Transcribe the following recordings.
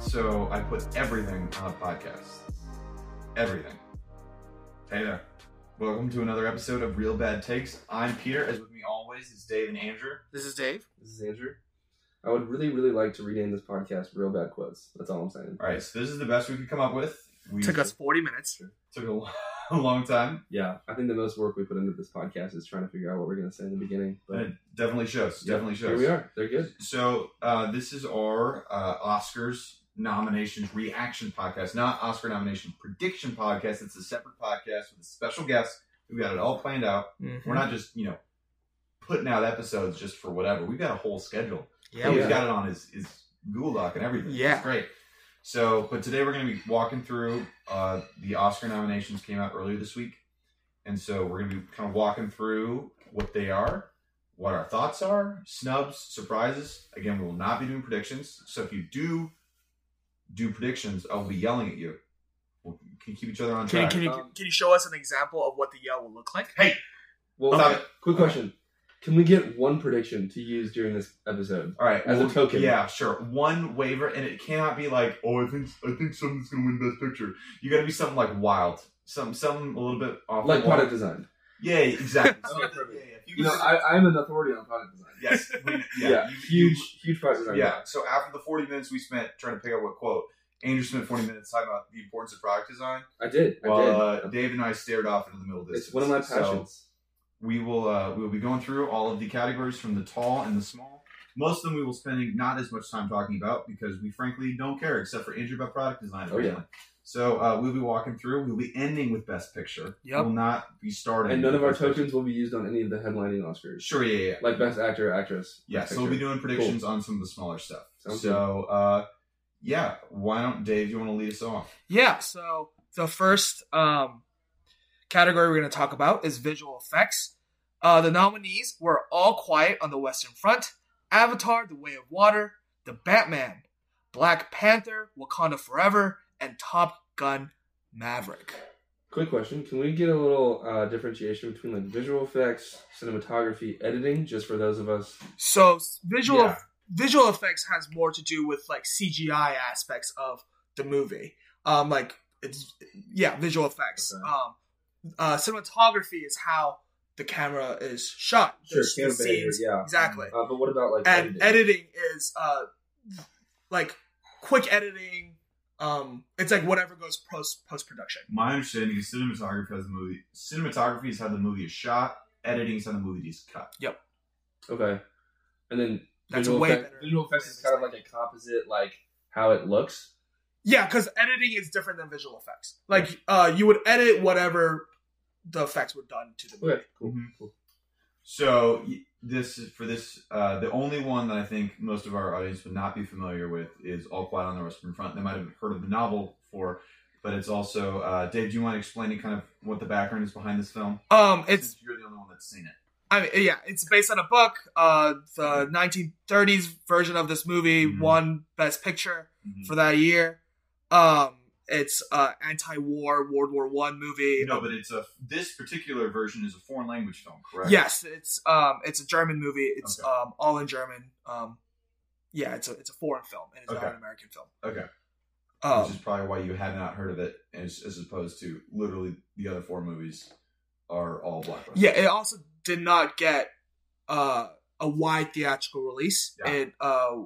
So I put everything on a podcast. Everything. Hey there. Welcome to another episode of Real Bad Takes. I'm Peter, as with me always is Dave and Andrew. This is Dave. This is Andrew. I would really, really like to rename this podcast Real Bad Quotes. That's all I'm saying. All right, so this is the best we could come up with. We Took us 40 minutes. took a, lo- a long time, Yeah, I think the most work we put into this podcast is trying to figure out what we're going to say in the beginning. but But it definitely shows. yeah, Definitely shows. Here we are. They're good. So uh, this is our uh, Oscars nominations reaction podcast, not Oscar nomination prediction podcast. It's a separate podcast with a special guest. We've got it all planned out. Mm-hmm. We're not just you know putting out episodes just for whatever. We've got a whole schedule. Yeah, He's we Yeah. got it on his his Google Doc and everything. Yeah. it's great. So, but today we're going to be walking through uh, the Oscar nominations came out earlier this week, and so we're going to be kind of walking through what they are, what our thoughts are, snubs, surprises. Again, we will not be doing predictions. So if you do do predictions, I will be yelling at you. We'll can keep each other on Can, track. can, you, Um, can you show us an example of what the yell will look like? Well, Stop it. quick question. Can we get one prediction to use during this episode? All right, As a token. Yeah, sure. One waiver, and it cannot be like, oh, I think I think someone's gonna win Best Picture. You got to be something like wild, some some a little bit off. Like the wall. product design. Yeah, exactly. Okay, yeah, perfect. yeah, if you You know, could- I, I'm an authority on product design. yes, we- yeah, Yeah, you- huge, huge product you- design. yeah. So after the forty minutes we spent trying to pick out what quote, Andrew spent forty minutes talking about the importance of product design. I did. I While did. Uh, Dave and I stared off into the middle distance. it's one of my So passions. we will uh, we will be going through all of the categories from the tall and the small. Most of them we will spending not as much time talking about because we frankly don't care, except for Andrew about product design. Oh, yeah. apparently. So uh, we'll be walking through. We'll be ending with best picture. Yep. We'll not be starting. and none of with our Best Picture. tokens will be used on any of the headlining Oscars. Sure. Yeah. Yeah. yeah. Like best actor, actress. Yeah, Best so we'll be Picture. doing predictions on some of the smaller stuff. Sounds so, uh, yeah, why don't Dave? You want to lead us off? Yeah, so the first um, category we're going to talk about is visual effects. Uh, the nominees were All Quiet on the Western Front, Avatar, The Way of Water, The Batman, Black Panther, Wakanda Forever, and Top Gun Maverick. Quick question: Can we get a little uh, differentiation between like visual effects, cinematography, editing, just for those of us? So s- visual Yeah. visual effects has more to do with like CGI aspects of the movie. Um, like it's yeah, visual effects. Okay. Um, uh, cinematography is how the camera is shot. The- the scenes. yeah. exactly. Uh, but what about like And editing? editing is uh, like quick editing. Um, it's like whatever goes post post production. My understanding is cinematography has the movie. Cinematography is how the movie is shot. Editing is how the movie is cut. okay, and then That's visual way effect- better. Visual effects is kind of like a composite, like how it looks. Yeah, because editing is different than visual effects. Like uh, you would edit whatever the effects were done to the movie. Okay, cool. Mhm. cool. So y- this is- for this uh, the only one that I think most of our audience would not be familiar with is All Quiet on the Western Front. They might have heard of the novel before, but it's also uh, Dave. Do you want to explain to kind of what the background is behind this film? Um, it's Since you're the only one that's seen it. I mean, yeah, it's based on a book. Uh, the 1930s version of this movie Mhm. won Best Picture Mm-hmm. for that year. Um, it's uh anti-war World War One movie. No, but it's a this particular version is a foreign language film, correct? Yes, it's um, it's a German movie. It's Okay. um, all in German. Um, yeah, it's a it's a foreign film and it's Okay. not an American film. Okay. Um, which is probably why you have not heard of it, as, as opposed to literally the other four movies are all blockbusters. yeah, it also did not get uh a wide theatrical release. Yeah. It uh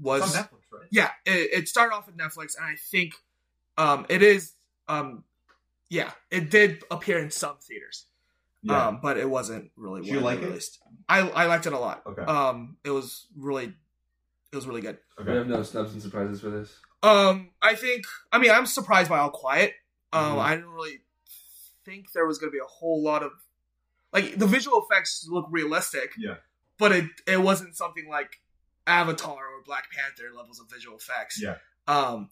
was It's on Netflix, right? yeah it, it started off with netflix and i think um it is um yeah it did appear in some theaters Yeah. um but it wasn't really Did you widely like it? released i i liked it a lot Okay. um it was really it was really good We okay. have no snubs and surprises for this. um i think i mean i'm surprised by all quiet um Mm-hmm. Mhm. i didn't really think there was gonna be a whole lot of like the visual effects look realistic Yeah. but it it wasn't something like avatar or black panther levels of visual effects Yeah. um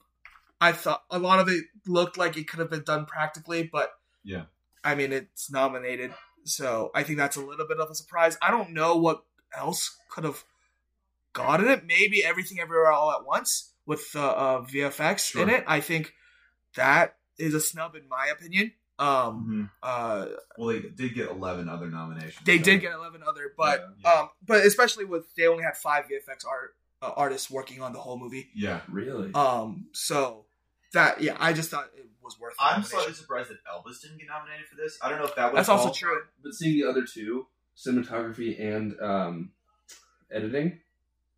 i thought a lot of it looked like it could have been done practically but Yeah. i mean it's nominated so i think that's a little bit of a surprise i don't know what else could have gotten it. Maybe everything everywhere all at once with the uh, VFX in Sure. it. I think that is a snub in my opinion. Mhm. Um, uh, Well, they did get eleven other nominations. they so- did get eleven other, but Yeah. um, but especially with they only had five VFX art uh, uh, artists working on the whole movie. Yeah. Really? Um, so that yeah, I just thought it was worth. the I'm nomination. slightly surprised that Elvis didn't get nominated for this. I don't know if that was That's also true. but seeing the other two, cinematography and um, editing,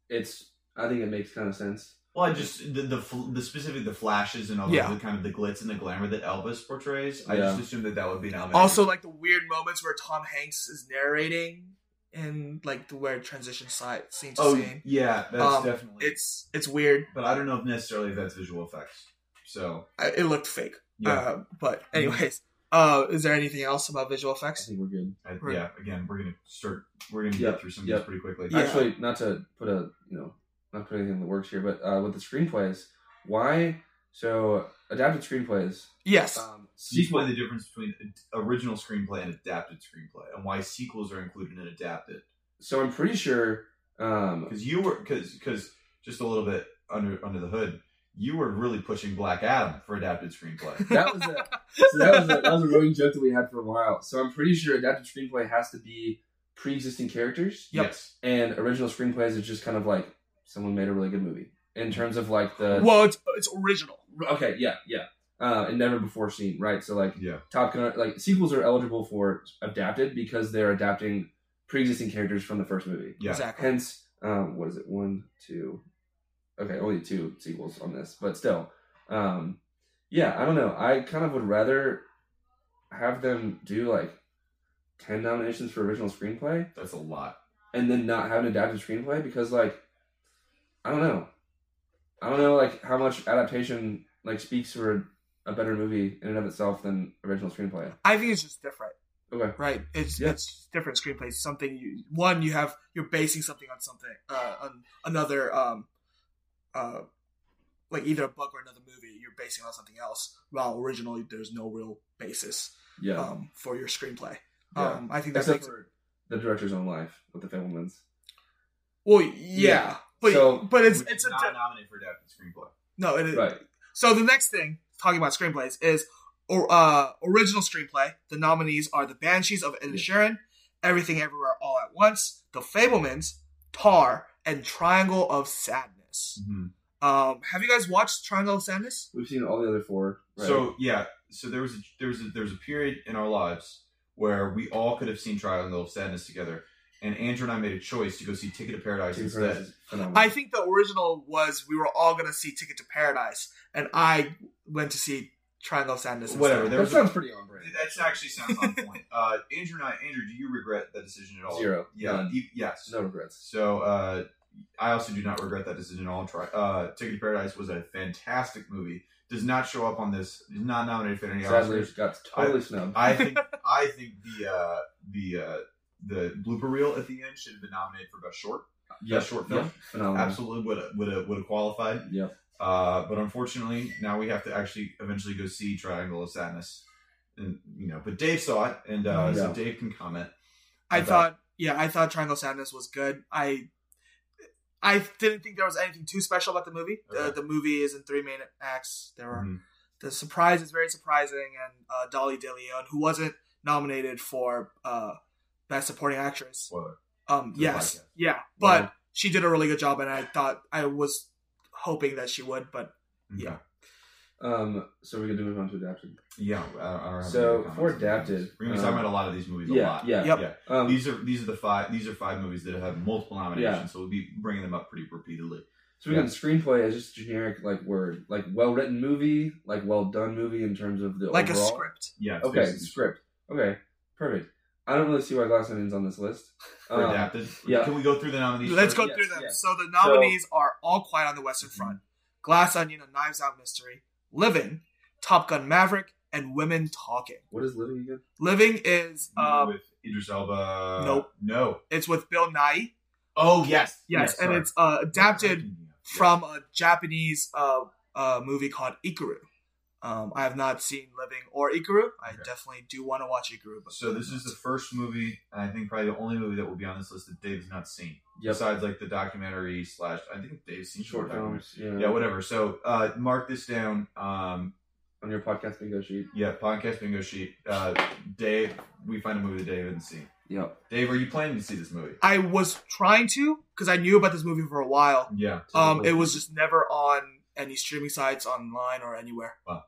it's I think it makes kind of sense. Well, I just the the, fl- the specifically the flashes and all Yeah. the, the kind of the glitz and the glamour that Elvis portrays. I Yeah. just assumed that that would be nominated. Also, like the weird moments where Tom Hanks is narrating and like the weird transition side scene to oh scene. yeah, that's Um, definitely. It's it's weird. but I don't know if necessarily if that's visual effects. So I, it looked fake. yeah, Uh, but anyways, uh, is there anything else about visual I effects? think we're good. I- right. yeah. Again, we're gonna start. We're gonna Yep, get through some of yep. these pretty quickly. Yeah. Actually, not to put a you know not put anything in the works here, but uh, with the screenplays, why? So adapted screenplays. Yes. Um, You sequel. explain the difference between original screenplay and adapted screenplay, and why sequels are included in adapted. So I'm pretty sure. Um, Because you were because because just a little bit under under the hood, you were really pushing Black Adam for adapted screenplay. that was a, so that was a, that was a running joke that we had for a while. So I'm pretty sure adapted screenplay has to be pre-existing characters, Yep. Yes. and original screenplays is just kind of like someone made a really good movie in terms of like the well, it's it's original. okay, yeah, yeah. Uh, and never before seen, right? So like Yeah. Top Gun, like sequels are eligible for adapted because they're adapting pre-existing characters from the first movie. Yeah. Exactly. Hence, um, what is it? One, two. Okay, only two sequels on this, but still, um, yeah. I don't know. I kind of would rather have them do like ten nominations for original screenplay That's a lot. and then not have an adapted screenplay because like I don't know. I don't know like how much adaptation like speaks for a better movie in and of itself than original screenplay. I think it's just different, Okay. right? It's Yeah. it's different screenplays. Something you one you have you're basing something on something uh, on another um uh like either a book or another movie. You're basing on something else. While originally there's no real basis Yeah. um for your screenplay. Yeah. Um, I think that Except makes for the director's own life with the Fablemans. well, yeah. Yeah. But So, but it's Which it's is a not di- nominated for adapted screenplay. no. It, Right. So the next thing talking about screenplays is or uh, original screenplay. The nominees are The Banshees of Ed Yeah. Sheeran, Everything Everywhere All at Once, The Fablemans, Tar, and Triangle of Sadness. Mm-hmm. Um, have you guys watched Triangle of Sadness? We've seen all the other four. Right? So yeah, so there was a, there was a, there was a period in our lives where we all could have seen Triangle of Sadness together, and Andrew and I made a choice to go see Ticket to Paradise Tim instead. Curtis is phenomenal. I think the original was we were all gonna see Ticket to Paradise, and I went to see Triangle of Sadness. instead. Whatever. There that was a, sounds pretty on brand. that actually sounds on point. Uh, Andrew and I, Andrew, do you regret that decision at all? Zero. Yeah. None. e- yes. No regrets. So uh, I also do not regret that decision at all. Try, uh, Ticket to Paradise was a fantastic movie. Does not show up on this. Is not nominated for any Sadly, Oscars. got totally snubbed. I think I think the uh, the uh, the blooper reel at the end should have been nominated for best short. Yeah, best short yeah, film. phenomenal. Absolutely would have, would have, would have qualified. Yeah. Uh, but unfortunately, now we have to actually eventually go see Triangle of Sadness, and you know. But Dave saw it, and uh, so Mm-hmm. Yeah. Dave can comment. I about- thought, yeah, I thought Triangle of Sadness was good. I I didn't think there was anything too special about the movie. The, Okay. the movie is in three main acts. There are Mhm. the surprise is very surprising, and uh, Dolly De Leon, who wasn't nominated for uh, best supporting actress, Spoiler. um, the yes, podcast. yeah, but Wow. she did a really good job, and I thought I was hoping that she would, but Okay. Um, so we're gonna move on to adapted. Yeah, I don't, I don't have So, any comments for on these adapted, movies. we're gonna be talking um, about a lot of these movies a Yeah, lot. yeah, Yep. Um, These are these are the five these are five movies that have multiple nominations, Yeah. so we'll be bringing them up pretty repeatedly. So again, screenplay is just generic like word, like well written movie, like well done movie in terms of the like overall. a script. Yeah. it's Okay, basically script. Okay, perfect. I don't really see why Glass Onion's on this list. For Um, adapted, yeah. can we go through the nominees? Let's first? go Yes, through them. yes. So the nominees are All Quiet on the Western Front, Glass Onion, A Knives Out Mystery, Living, Top Gun Maverick, and Women Talking. what is living again? Living is um, with Idris Elba. Nope. No. it's with Bill Nye. Oh yes. Yes, and sorry. it's uh, adapted Yeah. from a Japanese uh, uh, movie called Ikuru. Um, I have not seen Living or Ikuru. I Okay. definitely do want to watch Ikuru. But So this is the first movie, and I think probably the only movie that will be on this list that Dave's not seen, Yep. besides like the documentary slash. I think Dave's seen Short the documentary. films. Yeah. Yeah, whatever. So uh, mark this down. Um, On your podcast bingo sheet. Yeah, podcast bingo sheet. Uh, Dave, we find a movie that Dave hasn't seen. Yep. Dave, are you planning to see this movie? I was trying to because I knew about this movie for a while. Yeah. Um, it was just never on any streaming sites online or anywhere Wow.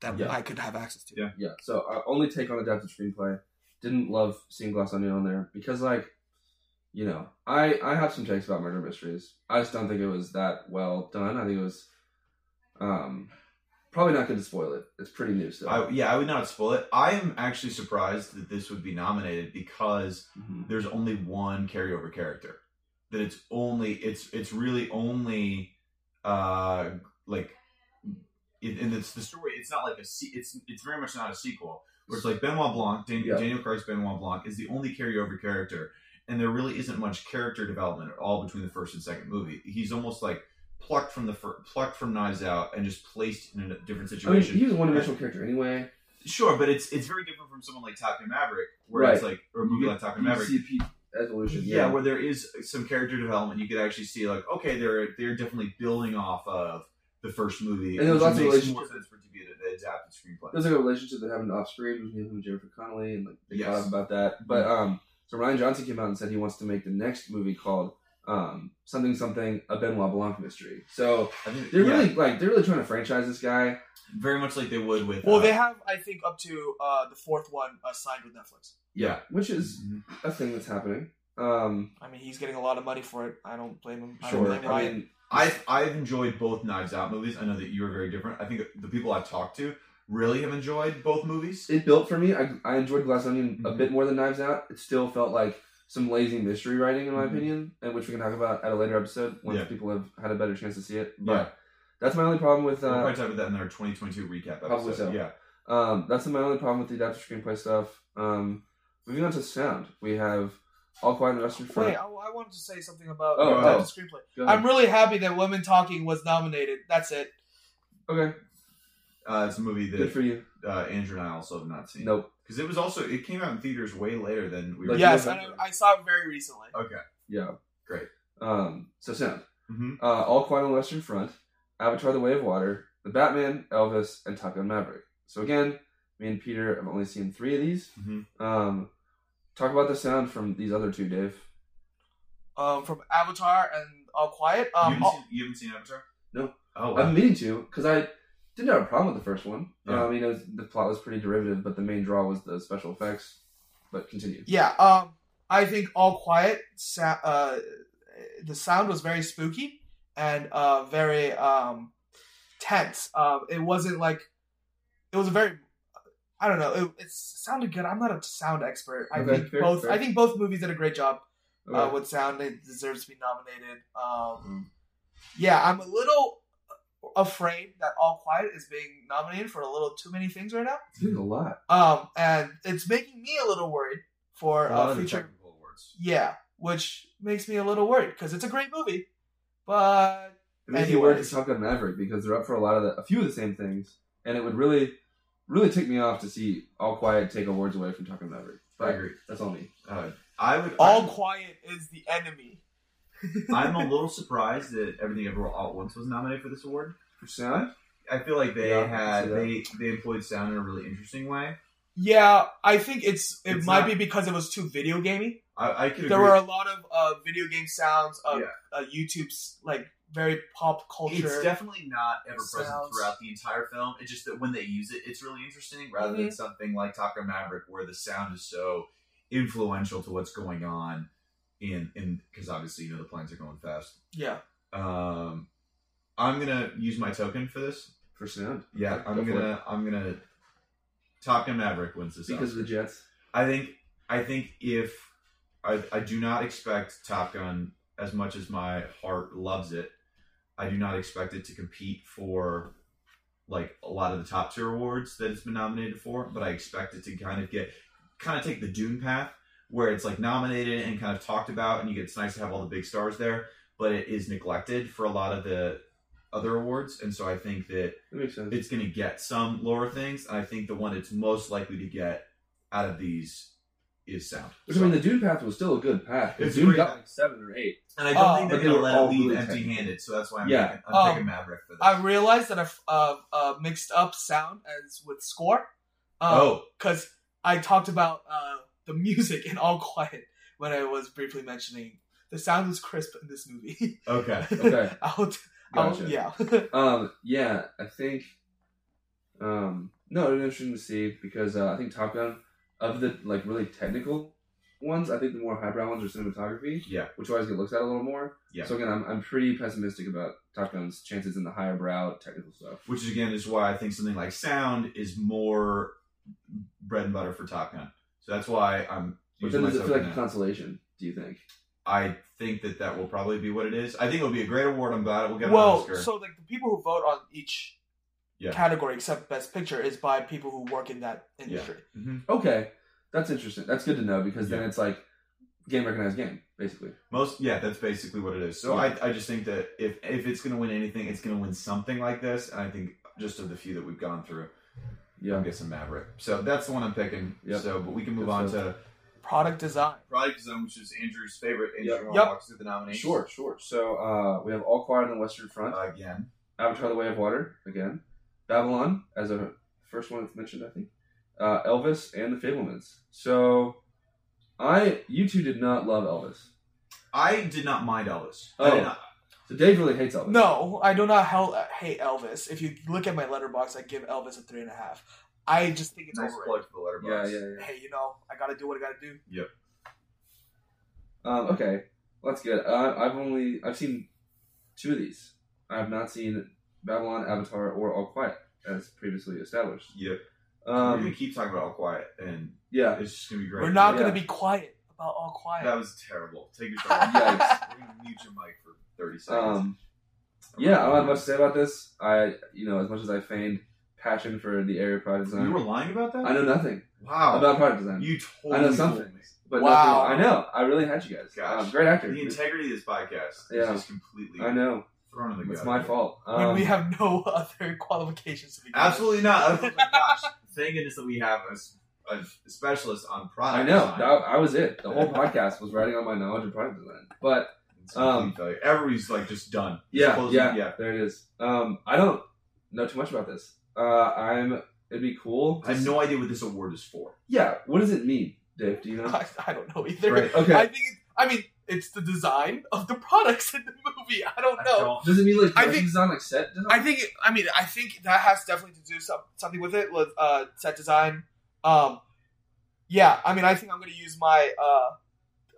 that Yeah. I could have access to. Yeah. Yeah. So uh, only take on adapted screenplay. Didn't love seeing Glass Onion on there because like, you know, I I have some takes about murder mysteries. I just don't think it was that well done. I think it was, um, probably not good to spoil it. It's pretty new still. I, yeah, I would not spoil it. I am actually surprised that this would be nominated because Mhm. there's only one carryover character. That it's only it's it's really only uh like it, and it's the story. It's not like a se- it's it's very much not a sequel. Where it's like Benoit Blanc, Dan- Yeah. Daniel Craig's Benoit Blanc is the only carryover character, and there really isn't much character development at all between the first and second movie. He's almost like plucked from the fir- plucked from Knives Out and just placed in a different I mean, situation. he was a one-dimensional character anyway. Sure, but it's it's very different from someone like Top Gun Maverick, where it's like or a movie like Top Gun Maverick. CP evolution. yeah, where there is some character development, you could actually see like, okay, they're they're definitely building off of the first movie, And there was which lots of makes more relationships. sense for it to be an adapted screenplay. there's like a relationship that happened off screen between him and Jennifer Connelly, and like they Yes. Mm-hmm. got up about that. But um, so Ryan Johnson came out and said he wants to make the next movie called um something something a Benoit Blanc mystery. So I think they're yeah, really like they're really trying to franchise this guy. very much like they would with. Well, uh, they have, I think, up to uh, the fourth one uh, signed with Netflix. Yeah. which is Mhm. a thing that's happening. Um, I mean, he's getting a lot of money for it. I don't blame him. I don't sure. blame I Ryan. mean, I've I've enjoyed both Knives Out movies. I know that you are very different. I think the people I've talked to really have enjoyed both movies. it built for me. I, I enjoyed Glass Onion a Mhm. bit more than Knives Out. It still felt like some lazy mystery writing, in my Mhm. opinion, and which we can talk about at a later episode once Yeah. people have had a better chance to see it. But Yeah. that's my only problem with. We'll Uh, probably talk about that in our 2022 recap episode. Probably so. Yeah, Um, that's my only problem with the adaptive screenplay stuff. Um, moving on to sound, we have All Quiet on the Western Front. Wait, I, I wanted to say something about Oh, the oh. screenplay. Go ahead. I'm really happy that Women Talking was nominated. That's it. okay, uh, it's a movie good that for you. uh, Andrew and I also have not seen. Nope. Because it was also it came out in theaters way later than we were. Like yes, and November. I, I saw it very recently. Okay. Yeah. Great. Um, so sound. Mhm. Uh, All Quiet on the Western Front, Avatar: The Way of Water, The Batman, Elvis, and Top Gun Maverick. So again, me and Peter have only seen three of these. Mhm. Um, talk about the sound from these other two, Dave. Um, from Avatar and All Quiet. you, Um, haven't all- seen, you haven't seen Avatar? No. Oh, I've wow. been meaning to because I didn't have a problem with the first one. Yeah. Um, you know, the plot was pretty derivative, but the main draw was the special effects. But continue. yeah. Um, I think All Quiet. Sa- uh, the sound was very spooky and uh, very um, tense. Um, it wasn't like it was a very. I don't know. It, it sounded good. I'm not a sound expert. I Okay, think fair, both. fair. I think both movies did a great job uh, Okay. Mm-hmm. with sound. It deserves to be nominated. Um, yeah, I'm a little afraid that All Quiet is being nominated for a little too many things right now, Dude, a lot. um, and it's making me a little worried for A lot uh, of the future. technical awards. Yeah, which makes me a little worried because it's a great movie, but It makes me worried Anyways. to talk on Maverick because they're up for a lot of the, a few of the same things, and it would really, really tick me off to see All Quiet take awards away from talking Maverick. But I agree. That's all me. Uh, I would. All Quiet is the enemy. I'm, I'm a little surprised that Everything Everywhere All at Once was nominated for this award. For sound? I feel like they Yeah, I had see that. they they employed sound in a really interesting way. Yeah, I think it's it It's might not- be because it was too video gamey. I, I could there agree. were a lot of uh, video game sounds of Yeah. uh, YouTube's like very pop culture. it's definitely not ever present Sounds. throughout the entire film. It's just that when they use it, it's really interesting, rather Mm-hmm. than something like Taka Maverick, where the sound is so influential to what's going on in in because obviously you know the planes are going fast. yeah, Um, I'm gonna use my token for this. For sound. Yeah, Go I'm for gonna I'm gonna Top Gun Maverick wins this. Because Oscar. of the Jets. I think I think if I, I do not expect Top Gun as much as my heart loves it, I do not expect it to compete for like a lot of the top tier awards that it's been nominated for, but I expect it to kind of get kind of take the Dune path where it's like nominated and kind of talked about and you get it's nice to have all the big stars there, but it is neglected for a lot of the other awards. And so I think that That makes sense. it's going to get some lower things. And I think the one it's most likely to get out of these is sound. Which, I mean, the Dune path was still a good path. The It's Dune great. got like seven or eight. and I don't Oh. think Ah, But they're they going to were let all it leave really empty-handed. So that's why I'm Yeah. picking, I'm Um, picking Maverick for this. I realized that I've uh, uh, mixed up sound as with score. Um, oh, because I talked about uh, the music in All Quiet when I was briefly mentioning. The sound was crisp in this movie. Okay. Okay. I'll, I'll- Gotcha. Oh, yeah. Um, yeah, I think. Um, no, it'd be interesting to see because uh, I think Top Gun, of the like really technical ones, I think the more highbrow ones are cinematography, Yeah. which always get looked at a little more. Yeah. So again, I'm, I'm pretty pessimistic about Top Gun's chances in the higher brow technical stuff. Which is again is why I think something like sound is more bread and butter for Top Gun. So that's why I'm But using then does it myself. feel like in a that. consolation? Do you think? I think that that will probably be what it is. I think it'll be a great award. I'm glad it will get an well, Oscar. so like the people who vote on each Yeah. category except Best Picture is by people who work in that industry. Mhm. Okay, that's interesting. That's good to know because Yeah. then it's like game recognized game basically. Most yeah, that's basically what it is. So I, I just think that if if it's gonna win anything, it's gonna win something like this. And I think just of the few that we've gone through, I'm Yeah. guessing Maverick. So that's the one I'm picking. Yep. So but we can move Good on stuff. to Product design. Product Zone, which is Andrew's favorite. Andrew Yep. wanna Yep. walk through the nominations Sure, sure. So uh, we have All Quiet on the Western Front. uh, again. Avatar: The Way of Water again, Babylon as a first one that's mentioned, I think, uh, Elvis and The Fablemans. So, I you two did not love Elvis. I did not mind Elvis. I Oh. did not, So Dave really hates Elvis. No, I do not hell, hate Elvis. If you look at my letterbox, I give Elvis a three and a half. I just think it's nice plug overrated. for the Yeah, letterbox. yeah, yeah. Hey, you know, I gotta do what I gotta do. Um, okay, well, that's good. Uh, I've only I've seen two of these. I have not seen Babylon, Avatar, or All Quiet, as previously established. Yep. We're gonna Um, keep talking about All Quiet, and yeah. it's just gonna be great. We're not Yeah. gonna be quiet about all quiet. That was terrible. Take your time. Yikes. We're gonna mute your mic for thirty seconds. Um, yeah, oh, I don't have much to say about this. I, you know, as much as I feigned passion for the area of product design, You were lying about that. I know nothing Wow. about product design. you totally I know something. fooled me. But Wow. nothing- I know. I really had you guys. Gosh. Um, great actor. The integrity of this podcast is Yeah. just completely I know. thrown in the It's gutter. my fault. when Um, we have no other qualifications to be Absolutely not. Oh my gosh. Thank goodness that we have a s- a, specialist on product. I know. design. That, I was it. The whole podcast was writing on my knowledge of product design. But It's complete um, failure. Everybody's like just done. Just yeah, closing- yeah, yeah. there it is. Um, I don't know too much about this. Uh, I'm. It'd be cool. I have no idea what this award is for. Yeah. What does it mean, Dave? Do you know? I, I don't know either. Right. Okay. I think. It, I mean, it's the design of the products in the movie. I don't I know. don't- does it mean like I production think- design, like set design? I think. I mean, I think that has definitely to do some, something with it, with uh, set design. Um, yeah. I mean, I think I'm gonna use my uh,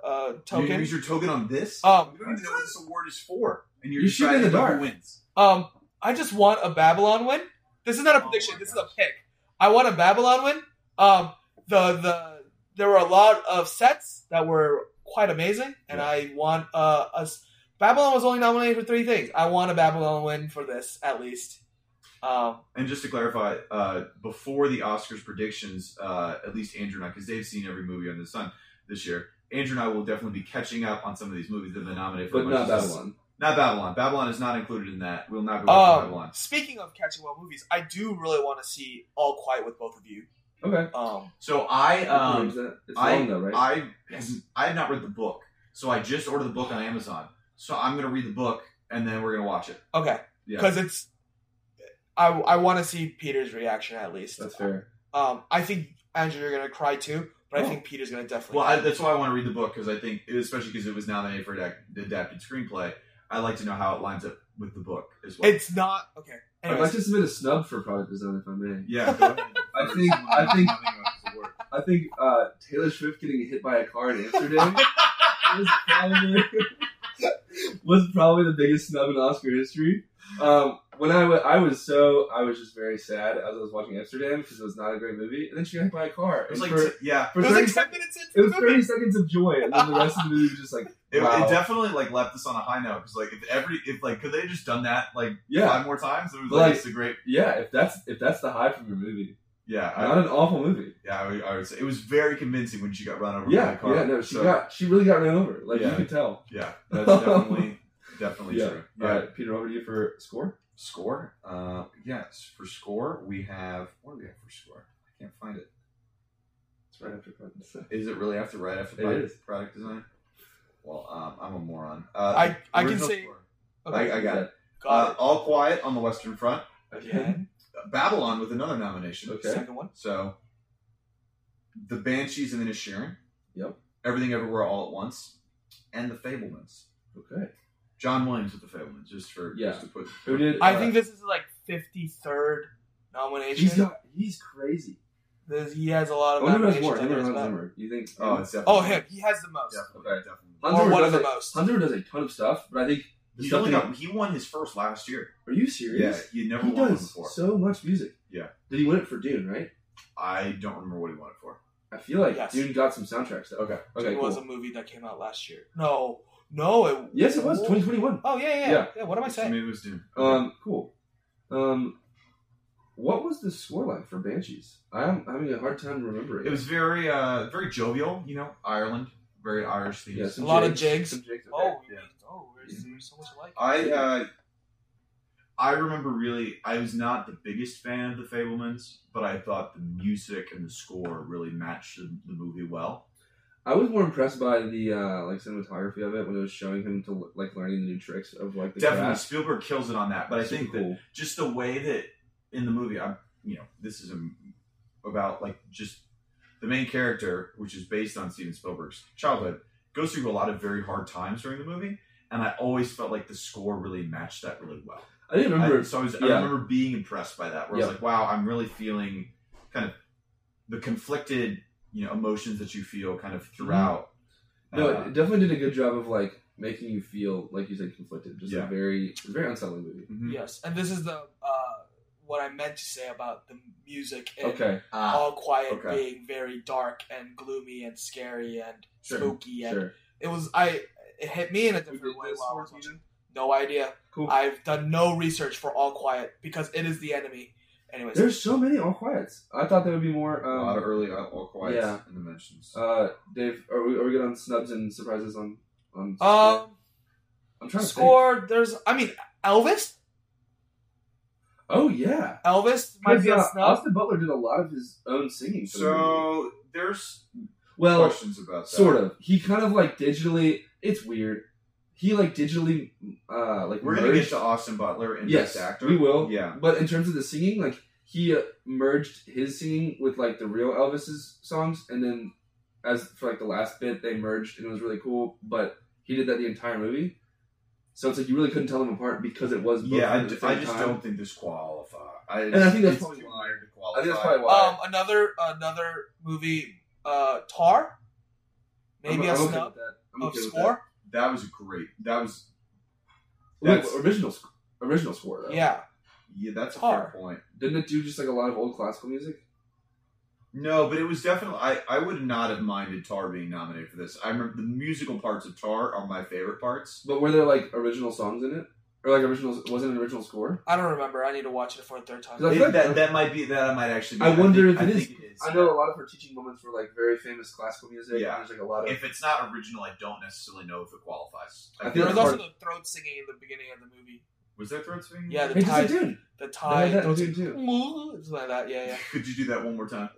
uh, You token. use your token on this? Um, you don't even know what this award is for. And you're You shoot in deciding the who dark. wins. um, I just want a Babylon win. This is not a Oh prediction. my this gosh. is a pick. I want a Babylon win. Um, the the there were a lot of sets that were quite amazing, and Yeah. I want uh us. Babylon was only nominated for three things. I want a Babylon win for this at least. Um, And just to clarify, uh, before the Oscars predictions, uh, at least Andrew and I, because they've seen every movie under the sun this year, Andrew and I will definitely be catching up on some of these movies that have been nominated for but much not as- Babylon. Not Babylon. Babylon is not included in that. We'll not be watching Um, Babylon. speaking of catching well movies, I do really want to see All Quiet with both of you. Okay. Um, So I, I can um, use that. it's I- long though, right? I, I have not read the book, so I just ordered the book on Amazon. So I'm gonna read the book and then we're gonna watch it. okay, Yeah. because it's I I want to see Peter's reaction at least. That's fair. Um, I think Andrew, you're gonna cry too, but I Oh. think Peter's gonna definitely. Well, I, that's why I want to read the book because I think, especially because it was nominated for adapt- adapted screenplay, I like to know how it lines up with the book as well. it's not okay. I'd like Anyways, to submit a snub for product design, if I may. yeah. Go ahead. I think- I think- Nothing about this award. I think uh, Taylor Swift getting hit by a car in Amsterdam was, probably, was probably the biggest snub in Oscar history. Um, when I wa- I was so I was just very sad as I was watching Amsterdam because it was not a great movie, and then she got hit by a car. It was And like, for, t- yeah. for it was like 30 ten minutes into it was the movie. thirty seconds of joy, and then the rest of the movie was just like It, it wow. definitely like left us on a high note because like if every if like could they have just done that like yeah, five more times it was But, like, like- it's a great yeah. If that's if that's the high from your movie, yeah I, not an awful movie. yeah I would, I would say it was very convincing when she got run over by Yeah, the car yeah. No, she So, got she really got ran over. Like Yeah. you could tell. yeah that's definitely definitely Yeah. true All right, Peter, over to you for score. Score? Uh, yes. For score, we have. What do we have for score? I can't find it. It's right after product design. Is it really after right after It product, is. product design? Well, um, I'm a moron. Uh, I- I can original say- score. Okay, I, I got it. got Uh, All Quiet on the Western Front. Again? Babylon with another nomination. Okay. Second one. So, The Banshees and the Inisherin. Yep. Everything Everywhere All at Once, and The Fablemans. Okay. John Williams with The Fablemans, just for Yeah. just to put. Who did? I uh, think this is like fifty third nomination. he's got. He's crazy. There's- he has a lot I of wonder who has nominations. more. Him under or his Hans belt. Zimmer? You think? Oh, it's definitely Oh, him. He has the most. Definitely, Okay. definitely. Hans Or Zimmer one of does the it- most. Hans Zimmer does a ton of stuff, but I think the He's stuff only that got, he won his first last year. Are you serious? Yeah, you never He won one does before. so much music. Yeah. Did he win it for Dune? Right. I don't remember what he won it for. I feel like Yes. Dune got some soundtracks. Though. Okay. Okay. it Cool. was a movie that came out last year. No, no. It, yes, it was 2021. Oh yeah, yeah, yeah. Yeah. what am I saying? Maybe it was Dune. Um. Cool. Um. What was the score like for Banshees? I'm having a hard time remembering. it was very, uh, very jovial. You know, Ireland, very Irish themes. Yeah, some A lot of jigs. Some jigs. okay. Oh, yeah. oh, there's, Mm-hmm. there's so much alike. I uh, I remember really I was not the biggest fan of the Fablemans, but I thought the music and the score really matched the, the movie well. I was more impressed by the uh, like cinematography of it when it was showing him to like learning the new tricks of like the Definitely, craft. Spielberg kills it on that. But I Super think that cool. just the way that in the movie, I'm you know this is a, about like just the main character, which is based on Steven Spielberg's childhood, goes through a lot of very hard times during the movie. And I always felt like the score really matched that really well. I didn't remember. I, so I, was, I yeah. remember being impressed by that. Where I Yeah. was like, wow, I'm really feeling kind of the conflicted, you know, emotions that you feel kind of throughout. Mm-hmm. no, Uh, it definitely did a good job of like making you feel like you said conflicted. Just Yeah. a very it's a very unsettling movie. mhm. Yes, and this is the uh, what I meant to say about the music and Okay, Ah, All Quiet okay. being very dark and gloomy and scary and Sure, spooky, and sure, it was I. It hit me in a different did way this while I for was you? watching. No idea. cool. I've done no research for All Quiet because it is the enemy. Anyways, There's so many all quiets. I thought there would be more. a lot of Um, early all, all quiet yeah. in the mentions. uh, Dave, are we, are we good on snubs and surprises on on? score? um, I'm trying to Think. score. There's, I mean, Elvis. Oh yeah, Elvis might because be a uh, snub. Austin Butler did a lot of his own singing. for the movie. so there's well, questions about that. sort of he kind of like digitally it's weird he like digitally uh like We're merged, gonna get to Austin Butler and yes this actor. we will Yeah. but in terms of the singing like he uh, merged his singing with like the real elvis's songs and then as for like the last bit they merged and it was really cool but he did that the entire movie so it's like you really couldn't tell them apart because it was both Yeah, I, at the ju- same I just time. don't think this qualifies. I, And I think that's it's probably too why- weird to I think that's qualify. probably why Um, another another movie, uh, Tar. Maybe a I'm, I'm okay snub with that. I'm of okay with score. That was great. That was that. Wait, That's- original sc- original score though Yeah, yeah. That's a Tar. fair point. didn't it do just like a lot of old classical music No, but it was definitely. I, I would not have minded Tar being nominated for this. I remember the musical parts of Tar are my favorite parts. But were there like original songs in it, or like original? Was it an original score? I don't remember. I need to watch it for a third time. Is I It- feel like- that, that might be. That might actually. Be, I wonder think- if it I is. Think it is. I know a lot of her teaching moments were like very famous classical music. Yeah. and there's like a lot of. If it's not original, I don't necessarily know if it qualifies. I think There was that's also the throat singing in the beginning of the movie. Was there throat swinging? Yeah, the Hey, tie, just a dude. the I tie, had that throat dude singing, too. something like that. Yeah, yeah. Could you do that one more time?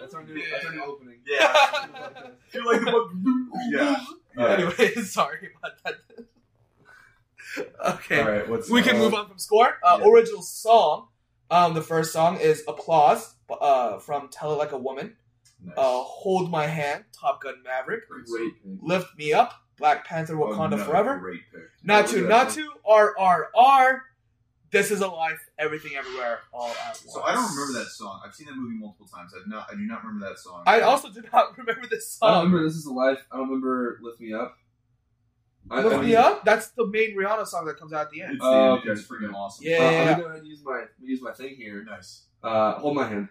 That's our new. That's our new opening. Yeah. You like the Yeah. Yeah. Anyway, sorry about that. okay, All right. What's we can move on from score. Uh, yeah. Original song. Um, the first song is "Applause" uh, from "Tell It Like a Woman." Nice. Uh, "Hold My Hand," Top Gun Maverick. Great song. Great. Lift Me Up, Black Panther, Oh, Wakanda Another Forever. Great pick. Not Look to, at not that to, RRR. This is a life, everything everywhere, all at once. So I don't remember that song. I've seen that movie multiple times. I've not. I do not remember that song. I also do not remember this I don't song. remember. This is a life. I don't remember. Lift me up. I, Lift I Me mean, Up? That's the main Rihanna song that comes out at the It's, end. the- Oh, okay. it's freaking awesome. Yeah. Uh, I'm gonna go ahead and use my use my thing here. Nice. Uh, hold my hand.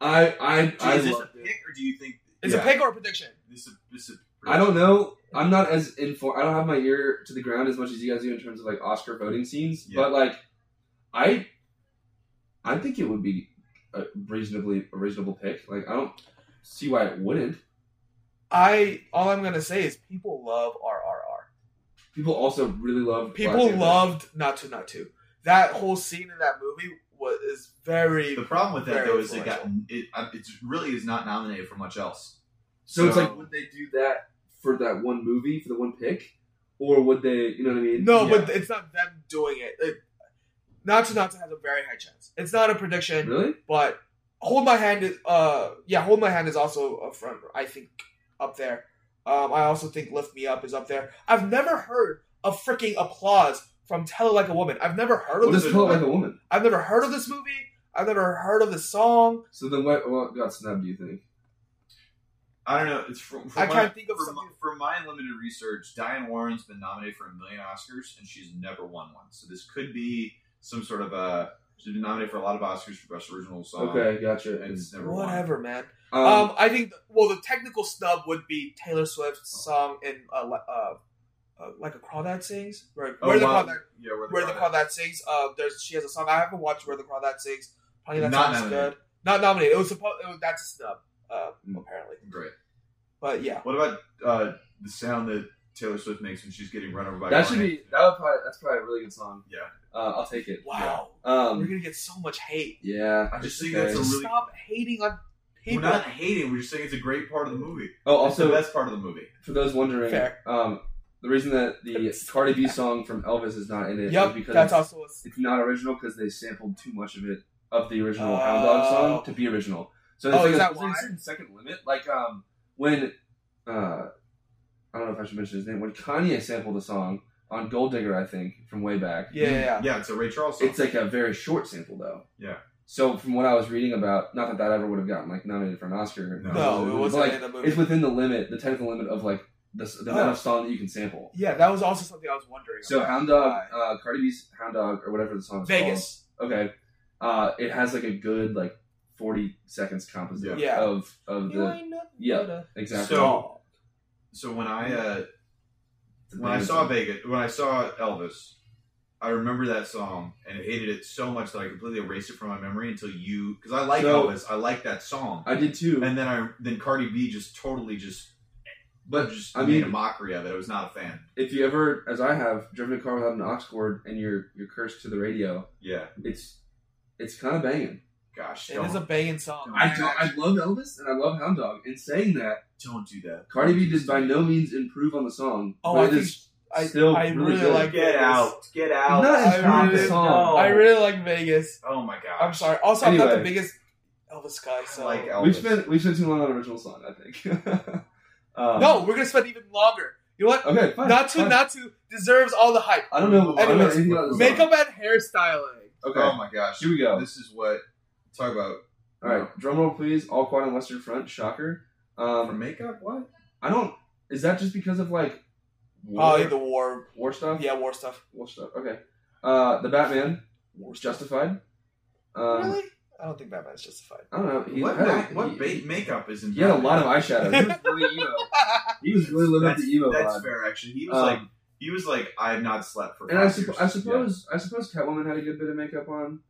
I I I is this a loved it. pick, or do you think It's a Yeah. pick or a prediction. This is this is. I don't know. I'm not as informed. I don't have my ear to the ground as much as you guys do in terms of like Oscar voting scenes. Yeah. But like, I, I think it would be a reasonably a reasonable pick. Like, I don't see why it wouldn't. I all I'm gonna say is people love RRR. People also really love. Black People Panther. loved Not to Not to. That whole scene in that movie was is very The problem with that Very though is it got it. It really is not nominated for much else. So, it's So- like, would they do that for that one movie for the one pick, or would they? You know what I mean? No, Yeah. but it's not them doing it. it. Not to not to has a very high chance. It's not a prediction, Really? but hold my hand is uh yeah, hold my hand is also a front. I think up there. Um, I also think Lift Me Up is up there. I've never heard a freaking applause from Tell It Like a Woman. I've never heard of What this. is Pull It movie. Like a Woman? I've never heard of this movie. I've never heard of this song. So then what, what got snubbed, do you think? I don't know. It's from, from I my- can't think of from, something. from my limited research. Diane Warren's been nominated for a million Oscars and she's never won one. So this could be some sort of a. She's been nominated for a lot of Oscars for best original song. okay, gotcha. and it's never won. Whatever, man. Um, Um, I think well, the technical snub would be Taylor Swift's song in uh, li- uh, uh like a crawdad sings, right? Oh, where the wow. crawdad, Yeah, where the, where the Crawdads- crawdad sings. Uh, there's she has a song I haven't watched where the crawdad sings. Apparently that Not song's nominated. good. Not nominated. It was supposed. That's a snub. Uh, Mm. apparently, Great. but yeah, What about uh, the sound that Taylor Swift makes when she's getting run over by? a that should car? be, that would probably, that's probably a really good song. Yeah. Uh, I'll take it. wow, we're Um, gonna get so much hate. yeah. I just it's think that's a okay. really- Stop hating on We're people. not hating. We're just saying it's a great part of the movie. Oh, Also, also, the best part of the movie. for those wondering, Fair. um, the reason that the Cardi B song from Elvis is not in it is yep, because that's it's, also a, s- it's not original because they sampled too much of it of the original Hound Dog Oh. song to be original. So Oh, it's like is a- that it's like a why? certain second limit, like um, when uh, I don't know if I should mention his name. When Kanye sampled a song on Gold Digger, I think from way back. yeah, yeah, yeah. Yeah, it's a Ray Charles song. It's like a very short sample though. Yeah. So from what I was reading about, not that that ever would have gotten like nominated for an Oscar. No. No, But, it wasn't like, in the movie. it's within the limit, the technical limit of like the, s- the amount of song that you can sample. yeah, that was also something I was wondering. So about. Hound Dog, Why? uh, Cardi B's Hound Dog or whatever the song is Vegas. called. Okay. Uh, it has like a good like forty seconds composition Yeah. Yeah. of of You the ain't nothing yeah, but a- exactly. So- Oh. so when I uh, It's a when I Vegas saw song. Vegas, when I saw Elvis, I remember that song and I hated it so much that I completely erased it from my memory until you, because I like So- Elvis, I like that song, I did too. and then I then Cardi B just totally just but just I made mean- a mockery of it. I was not a fan. if you ever, as I have, driven a car without an aux cord and you're you're cursed to the radio, Yeah, it's it's kind of banging. gosh, It don't, is a banging song. I don't- I love Elvis and I love Hound Dog. In saying that, don't do that. Cardi B did by no means improve on the song. Oh, but I it think is I- still I really, really good. like- Get out, get out. Not as Stop good as it. song. No. I really like Vegas. oh my gosh, I'm sorry. Also, I'm not the Anyway. biggest Elvis guy, so I like Elvis. We've spent we've spent too long on original song. I think. um, no, we're gonna spend even longer. You know what? Okay, fine. Not to fine. not to deserves all the hype. I don't know. I don't know Anyways, anything about this song. Makeup and hairstyling. Okay, Oh my gosh, here we go. This is what talk about All right, drum roll, please. All Quiet on Western Front. Shocker. for Um, makeup. What? I don't. Is that just because of like war, Oh, yeah, the war. war stuff? Yeah, war stuff. war stuff. Okay. Uh, the Batman War stuff. Justified. Um, really? I don't think Batman's justified. I don't know. He what had a- ma- what he- ba- makeup is in? He had a Batman? lot of eyeshadow. He was really emo. He was really living up That's, the emo that's vibe. fair, actually. He was Um, like, he was like, I have not slept for. and five I, sup- years. I suppose I suppose Catwoman had a good bit of makeup on.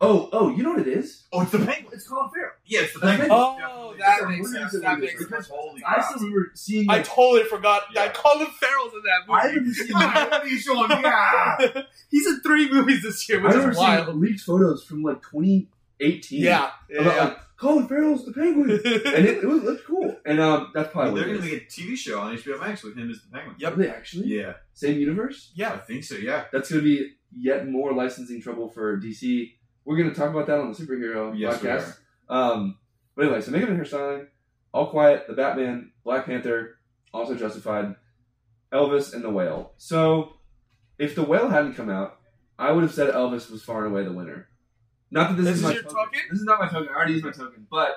Oh, oh, you know what it is? Yeah. Oh, it's the penguin. It's Colin Farrell. Yeah, it's the That's penguin. Oh, Definitely. that It's a makes really sense. good That movie. makes Because sense. Holy I crap. still remember seeing. I Like, totally forgot Yeah. that Colin Farrell's in that I movie. haven't seen. I What are you showing? Yeah. He's in three movies this year, which remember is wild. seeing leaked photos from like 2018. Yeah, yeah. About like Colin Farrell's the Penguin, and it, it was looked cool. And um, that's They're probably what gonna it is. make a TV show on HBO Max with him as the penguin. Yep. Are they actually Yeah. same universe? I yeah. think so. Yeah. That's going to be yet more licensing trouble for DC. We're going to talk about that on the superhero Yes, we podcast. Um, but anyway, so Makeup and Hairstyling, All Quiet, The Batman, Black Panther, also Justified, Elvis, and The Whale. So if The Whale hadn't come out, I would have said Elvis was far and away the winner. Not that this, This is my your token. token? This is not my token. I already used my token. But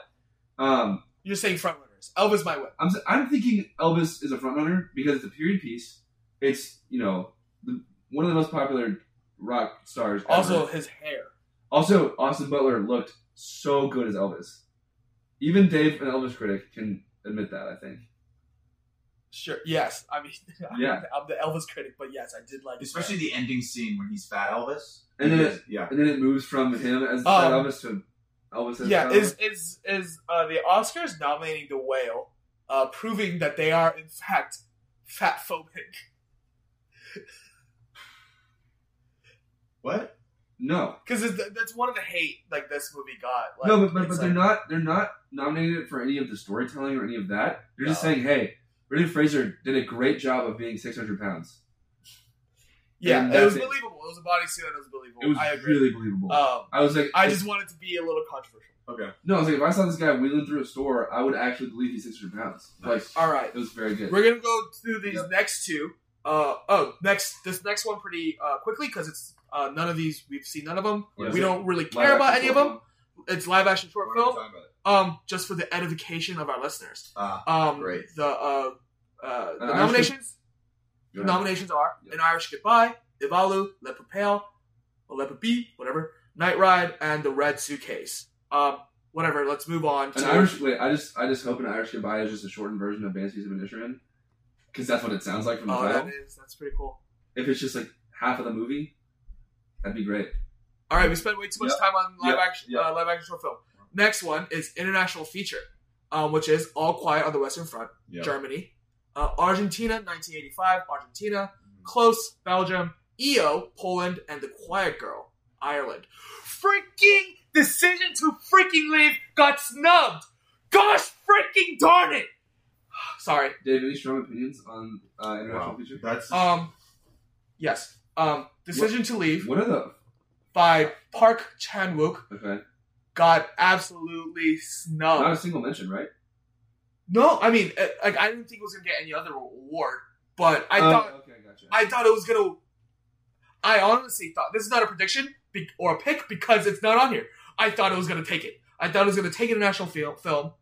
um, You're saying frontrunners. Elvis might win. I'm s- I'm thinking Elvis is a frontrunner because it's a period piece. It's you know the, one of the most popular rock stars. ever. Also, his hair. also Austin Butler looked so good as Elvis. Even Dave, an Elvis critic, can admit that. I think. Sure. Yes. I mean, Yeah. I'm the Elvis critic, but yes, I did like his Especially the ending scene when he's fat Elvis. And then Because- yeah. And then it moves from him as fat Um, Elvis to Elvis hair. as Yeah. fat Is is is uh, the Oscars nominating the whale, uh, proving that they are in fact fat phobic? What? no, Because that's one of the hate like this movie got. Like, no, but but, it's but like- they're not they're not nominated for any of the storytelling or any of that. They're just No. saying, hey, Brendan Fraser did a great job of being 600 pounds. Yeah, and it was that's it. believable. It was a bodysuit. and It was believable. It was I agree. really believable. um, I was like, I it's- just wanted to be a little controversial. Okay. No, I was like, if I saw this guy wheeling through a store, I would actually believe he's 600 pounds. Nice. All right. Like, it was very good. We're gonna go through these next two. Uh, oh, next this next one pretty uh, quickly because it's uh, none of these we've seen none of them. What is we it? don't really Live care about any action of short them. It's live action short What are we film. talking about? Um, just for the edification of our listeners. Ah, Um, Great. The uh, uh, the Irish nominations. The film. nominations are Yeah. An Irish Goodbye, Ivalu, Le Pale, or Le Be, whatever, Night Ride, and The Red Suitcase. Um, whatever. Let's move on. An to uh, Irish wait, I just I just hope an Irish goodbye is just a shortened version of Banshees of Inisherin, because that's what it sounds like from the Oh, title. that is that's pretty cool. If it's just like half of the movie, that'd be great. All right, we spent way too much Yep. time on live Yep. action, Uh, live action short film. Next one is international feature, um, which is All Quiet on the Western Front, Yeah. Germany, uh, Argentina, 1985, Argentina, Mhm. Close, Belgium, EO, Poland, and The Quiet Girl, Ireland. Freaking decision to freaking leave got snubbed. Gosh, freaking darn it! Sorry. Dave, any strong opinions on uh, international Wow. feature? That's Um, yes. Um, decision to leave What are the by Park Chan Wook. okay? got absolutely Not a snubbed. single mention, right? No, I mean, uh, like I didn't think it was gonna get any other award, but I Uh, thought Okay, gotcha. I thought it was gonna. I honestly thought this is not a prediction be- or a pick because it's not on here. I thought it was gonna take it. I thought it was gonna take an international fil- film,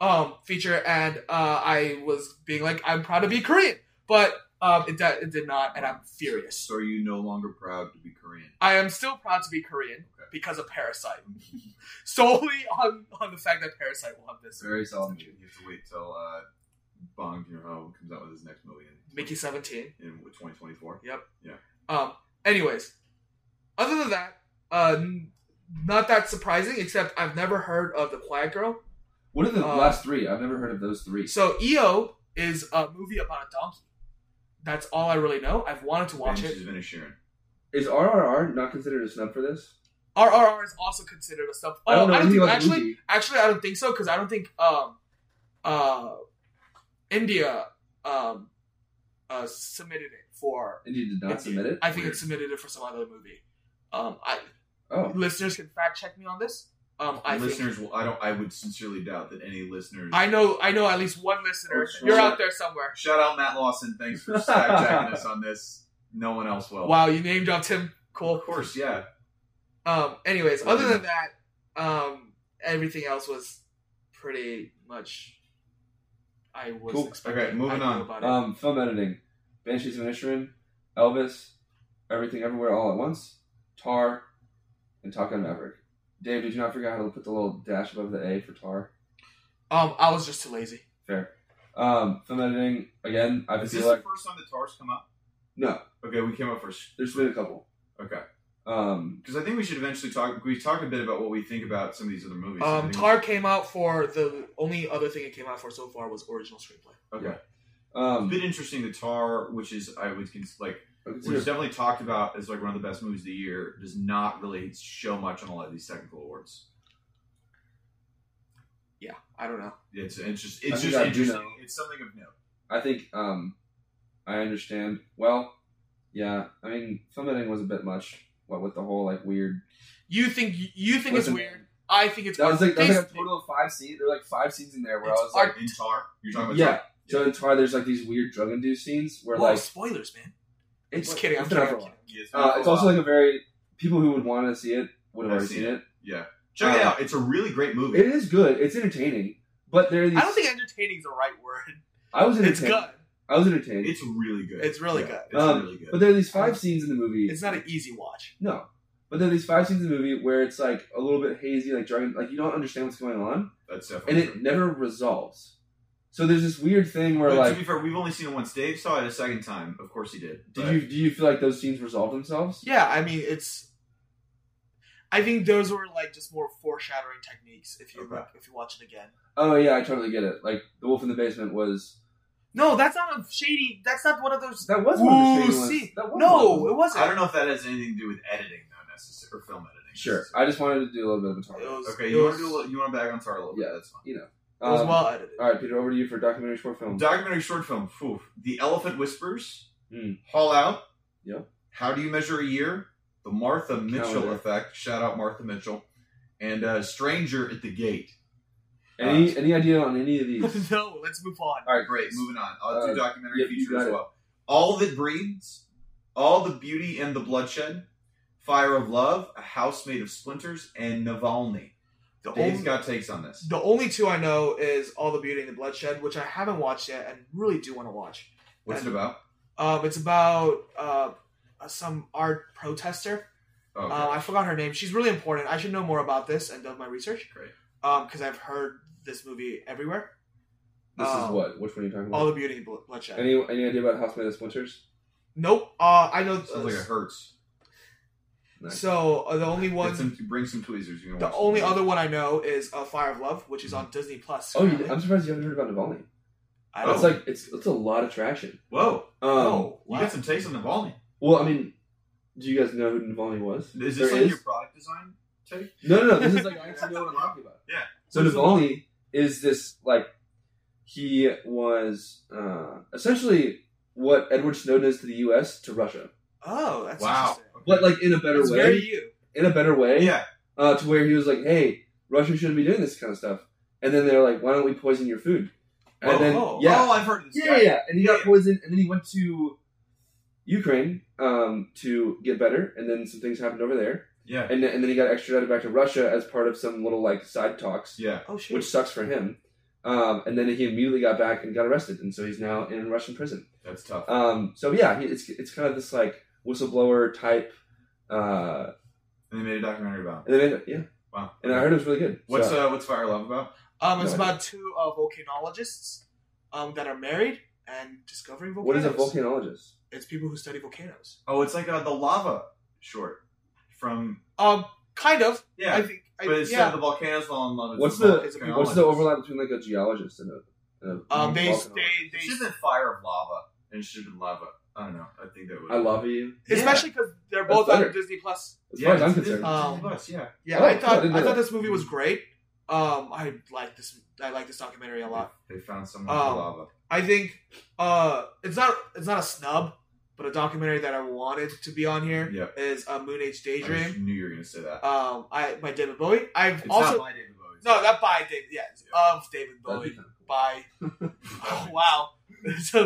um, feature, and uh, I was being like, I'm proud to be Korean, but um, it, di- it did not, and I'm furious. so are you no longer proud to be Korean? I am still proud to be Korean Okay. because of Parasite, solely on on the fact that Parasite will have this. Very solid. You have to wait till uh, Bong Joon Ho comes out with his next movie in, Mickey 17. in 2024. Um. Anyways, other than that, uh, n- not that surprising. Except I've never heard of the Quiet Girl. What are the Uh, last three? I've never heard of those three. So EO is a movie about a donkey. That's all I really know. I've wanted to watch Banshees it. of Inisherin. Is RRR not considered a snub for this? RRR is also considered a sub. Oh, I don't, anything think about the actually. movie. Actually, I don't think so because I don't think um, uh, India um, uh, submitted it for. India did not submit it. I think it submitted it for some other movie. Um, I Oh, listeners can fact check me on this. Um, I think- listeners, will, I don't. I would sincerely doubt that any listeners. I know, I know at least one listener. Oh, sure. You're out there somewhere. Shout out Matt Lawson. Thanks for fact-checking us on this. No one else Oh. will. Wow, you name dropped him. Of Cool. course, yeah. Um. Anyways, other than that, um, everything else was pretty much. I was Cool. expecting. Okay, moving I knew on. about it. um, film editing: Banshees of Inisherin, Elvis, Everything Everywhere All at Once, Tar, and Top Gun Maverick. Dave, did you not figure out how to put the little dash above the A for Tar? Um, I was just too lazy. Fair. Um, film editing again. I Is feel this like the first time the Tars come up? no. Okay, we came up first. There's been a couple. Okay, Um, because I think we should eventually talk. We talked a bit about what we think about some of these other movies. I Um, think- Tar came out for the only other thing it came out for so far was original screenplay. Okay. It's um, been interesting. The Tar, which is I would cons- like, I which consider- is definitely talked about as like one of the best movies of the year, does not really show much on a lot of these technical awards. Yeah, I don't know. It's it's just I it's think just I do interesting. know. It's something of note. I think um, I understand. Well, yeah. I mean, film editing was a bit much. What with the whole like weird. You think you think Listen, it's weird? I think it's That was like, that was like a artistic. total of five scenes. There were like five scenes in there where It's I was like, In Tar, you're talking about yeah. Tar? So in Tar, there's like these weird drug induced scenes where Whoa, like spoilers, man. it's Just kidding, I'm it's been out kidding, for a I'm while. Yeah, it's, Uh, it's also like a very people who would want to see it would have I've already seen seen it. yeah. Check it uh, out. It's a really great movie. It is good. It's entertaining, but there are these. I don't think entertaining is the right word. I was It's entertained. good. I was entertained. It's really good. It's really Yeah, good. It's Um, really good. but there are these five scenes in the movie. It's not an easy watch. No. But there are these five scenes in the movie where it's like a little bit hazy, like jargon, like you don't understand what's going on, That's and definitely it true. never resolves. So there's this weird thing where But like, to be fair, we've only seen it once. Dave saw it a second time. Of course he did. do you do you feel like those scenes resolve themselves? Yeah, I mean it's. I think those were like just more foreshadowing techniques. If you Okay. if you watch it again, Oh yeah, I totally get it. Like the wolf in the basement was no, that's not a shady. That's not one of those. that was one of the Ooh, shady ones. see. That was one of No, them. it wasn't. I don't know if that has anything to do with editing though, necessarily, or film editing. Sure, I just wanted to do a little bit of a talk. It was, Okay, it you was, want to do a little, you want to back on Tar a little Yeah. bit. That's fine. it was Um, well edited. All right, Peter, over to you for documentary short film. Documentary short film. Phew. The Elephant Whispers. Hmm. Haul Out. Yep. How do you measure a year? The Martha Mitchell Calendar. effect. Shout out Martha Mitchell. and uh, Stranger at the Gate. Any any idea on any of these? no, let's move on. All right, great. Moving on. I'll do Uh, documentary yep, you feature got as it. well. All that breeds, all the beauty and the bloodshed, fire of love, a house made of splinters, and Navalny. The Dave's only, got takes on this. the only two I know is All the Beauty and the Bloodshed, which I haven't watched yet and really do want to watch. What's it about? Um, it's about uh, some art protester. Oh, okay. Um, I forgot her name. She's really important. I should know more about this and done my research. Great. Because I've heard this movie everywhere. This is um, what? Which one are you talking All about? the Beauty and the Blo- Bloodshed. Any any idea about House Made of Splinters? nope. Uh, I know. Sounds like it hurts. Nice. so uh, the only one, Get some, bring some tweezers. You can the watch only them. other one I know is uh, Fire of Love, which is on Disney Plus. Oh, you, currently. I'm surprised you haven't heard about Navalny. I Oh. don't It's like it's it's a lot of traction. Whoa! Um, know. Oh, You got some takes on Navalny. Well, I mean, do you guys know who Navalny was? Is There this like is- your product design take? No, no, no. This is like I actually know what I'm talking about. Yeah. So Navalny is this like he was uh, essentially what Edward Snowden is to the U.S. to Russia, Oh, that's Wow. interesting. but like in a better It's way. very you. in a better way. Yeah. Uh, to where he was like, "Hey, Russia shouldn't be doing this kind of stuff," and then they're like, "Why don't we poison your food?" And Oh, then oh, yeah, Oh, I've heard of this yeah, guy. yeah, yeah. And he got Yeah. poisoned, and then he went to Ukraine um, to get better, and then some things happened over there, Yeah. and then- and then he got extradited back to Russia as part of some little like side talks, Yeah. Oh shit. which sucks for him. Um, and then he immediately got back and got arrested, and so he's now in Russian prison. That's tough. Um, so yeah, he, it's it's kind of this like whistleblower type. Uh, and they made a documentary about. It. and then yeah, Wow. and I heard it was really good. What's so, uh, what's Fire Love about? um, it's no about two uh, volcanologists um, that are married and discovering volcanoes. what is a volcanologist? It's people who study volcanoes. Oh, it's like uh, the lava short from Um, kind of. yeah, I think. I, but instead yeah. of the volcanoes falling in love, it's What's the, the- volcanologist. it's a- What's the overlap between like a geologist and a, and a Uh, um, they, they, volcanologist? they, It should have been fire of lava and it should have been lava. I don't know. I think that would. I love you. Yeah. especially because they're That's both on better. Disney Plus. As Yeah, far as I'm it's- it's- concerned, Uh, it's Um, Plus, yeah. Yeah, Oh, I I thought didn't know I, thought that. this movie was great. Um, I like this. I like this documentary a lot. They found someone with Um, lava. I think uh, it's not it's not a snub, but a documentary that I wanted to be on here is Yeah. uh, Moon Age I just Daydream. knew you were gonna say that. Um, I by David Bowie. I've it's also not my David Bowie. no, not by David. Yeah, it's of David that'd be Bowie. kind of cool. By oh, wow. so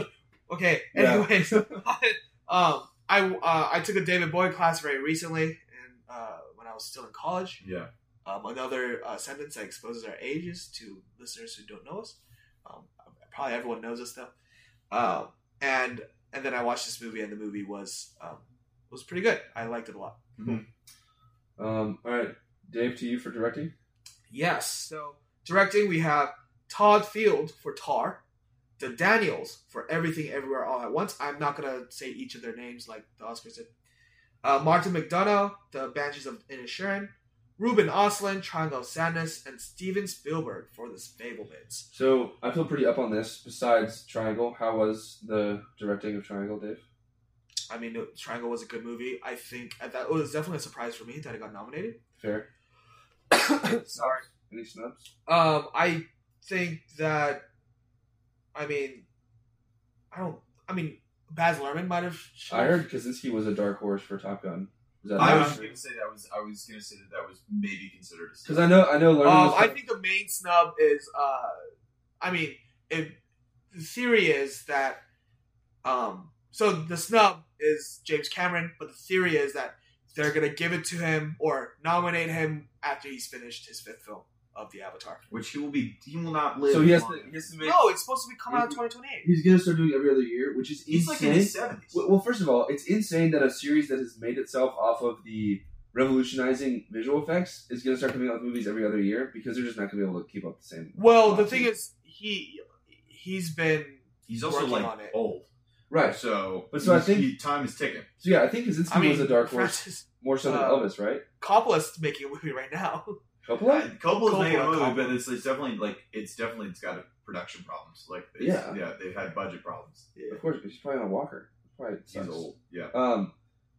okay. Yeah. Anyways, um, I uh, I took a David Bowie class very recently, and uh, when I was still in college. Yeah. Um, another uh, sentence that exposes our ages to listeners who don't know us. Um, probably everyone knows us though. Um, and and then I watched this movie, and the movie was um, was pretty good. I liked it a lot. uh, Um, all right, Dave, to you for directing. Yes. So directing, we have Todd Field for Tar, the Daniels for Everything Everywhere All at Once. I'm not gonna say each of their names like the Oscars did. Uh, Martin McDonough, The Banshees of Inisherin, Ruben Oslin, Triangle of Sadness, and Steven Spielberg for The Fablemans. So I feel pretty up on this. Besides Triangle, how was the directing of Triangle, Dave? I mean, no, Triangle was a good movie. I think that it was definitely a surprise for me that it got nominated. Fair. Sorry. Any snubs? Um, I think that, I mean, I don't. I mean, Baz Luhrmann might have. I heard Kaczynski was a dark horse for Top Gun. Is that I Yeah. was just gonna say that was. I was gonna say that that was maybe considered a because I know I know. Lerman Um, was I think the main snub is. Uh, I mean, if the theory is that, um, so the snub is James Cameron, but the theory is that they're gonna give it to him or nominate him after he's finished his fifth film of the Avatar. which he will be. He will not live. so he has long to enough. he has to make. No, it's supposed to be coming out in 2028. He's gonna start doing every other year, which is He's like insane. in his seventies. Well, well, first of all, it's insane that a series that has made itself off of the revolutionizing visual effects is going to start coming out with movies every other year because they're just not going to be able to keep up the same. Well, the thing is, he he's been He's also working like on it. old. right. So, But so I he's- think- he- time is ticking. So yeah, I think Kaczynski I mean, was a dark horse Francis more so than uh, Elvis, right? Coppola's making a movie right now. Coppola. Coppola's Uh, making a Coppola, movie, Coppola. but it's, it's definitely like it's definitely it's got production problems. Like it's, Yeah. they've had budget problems. Of course, because he's probably on Walker. Probably He's sucks. old. Yeah, Um,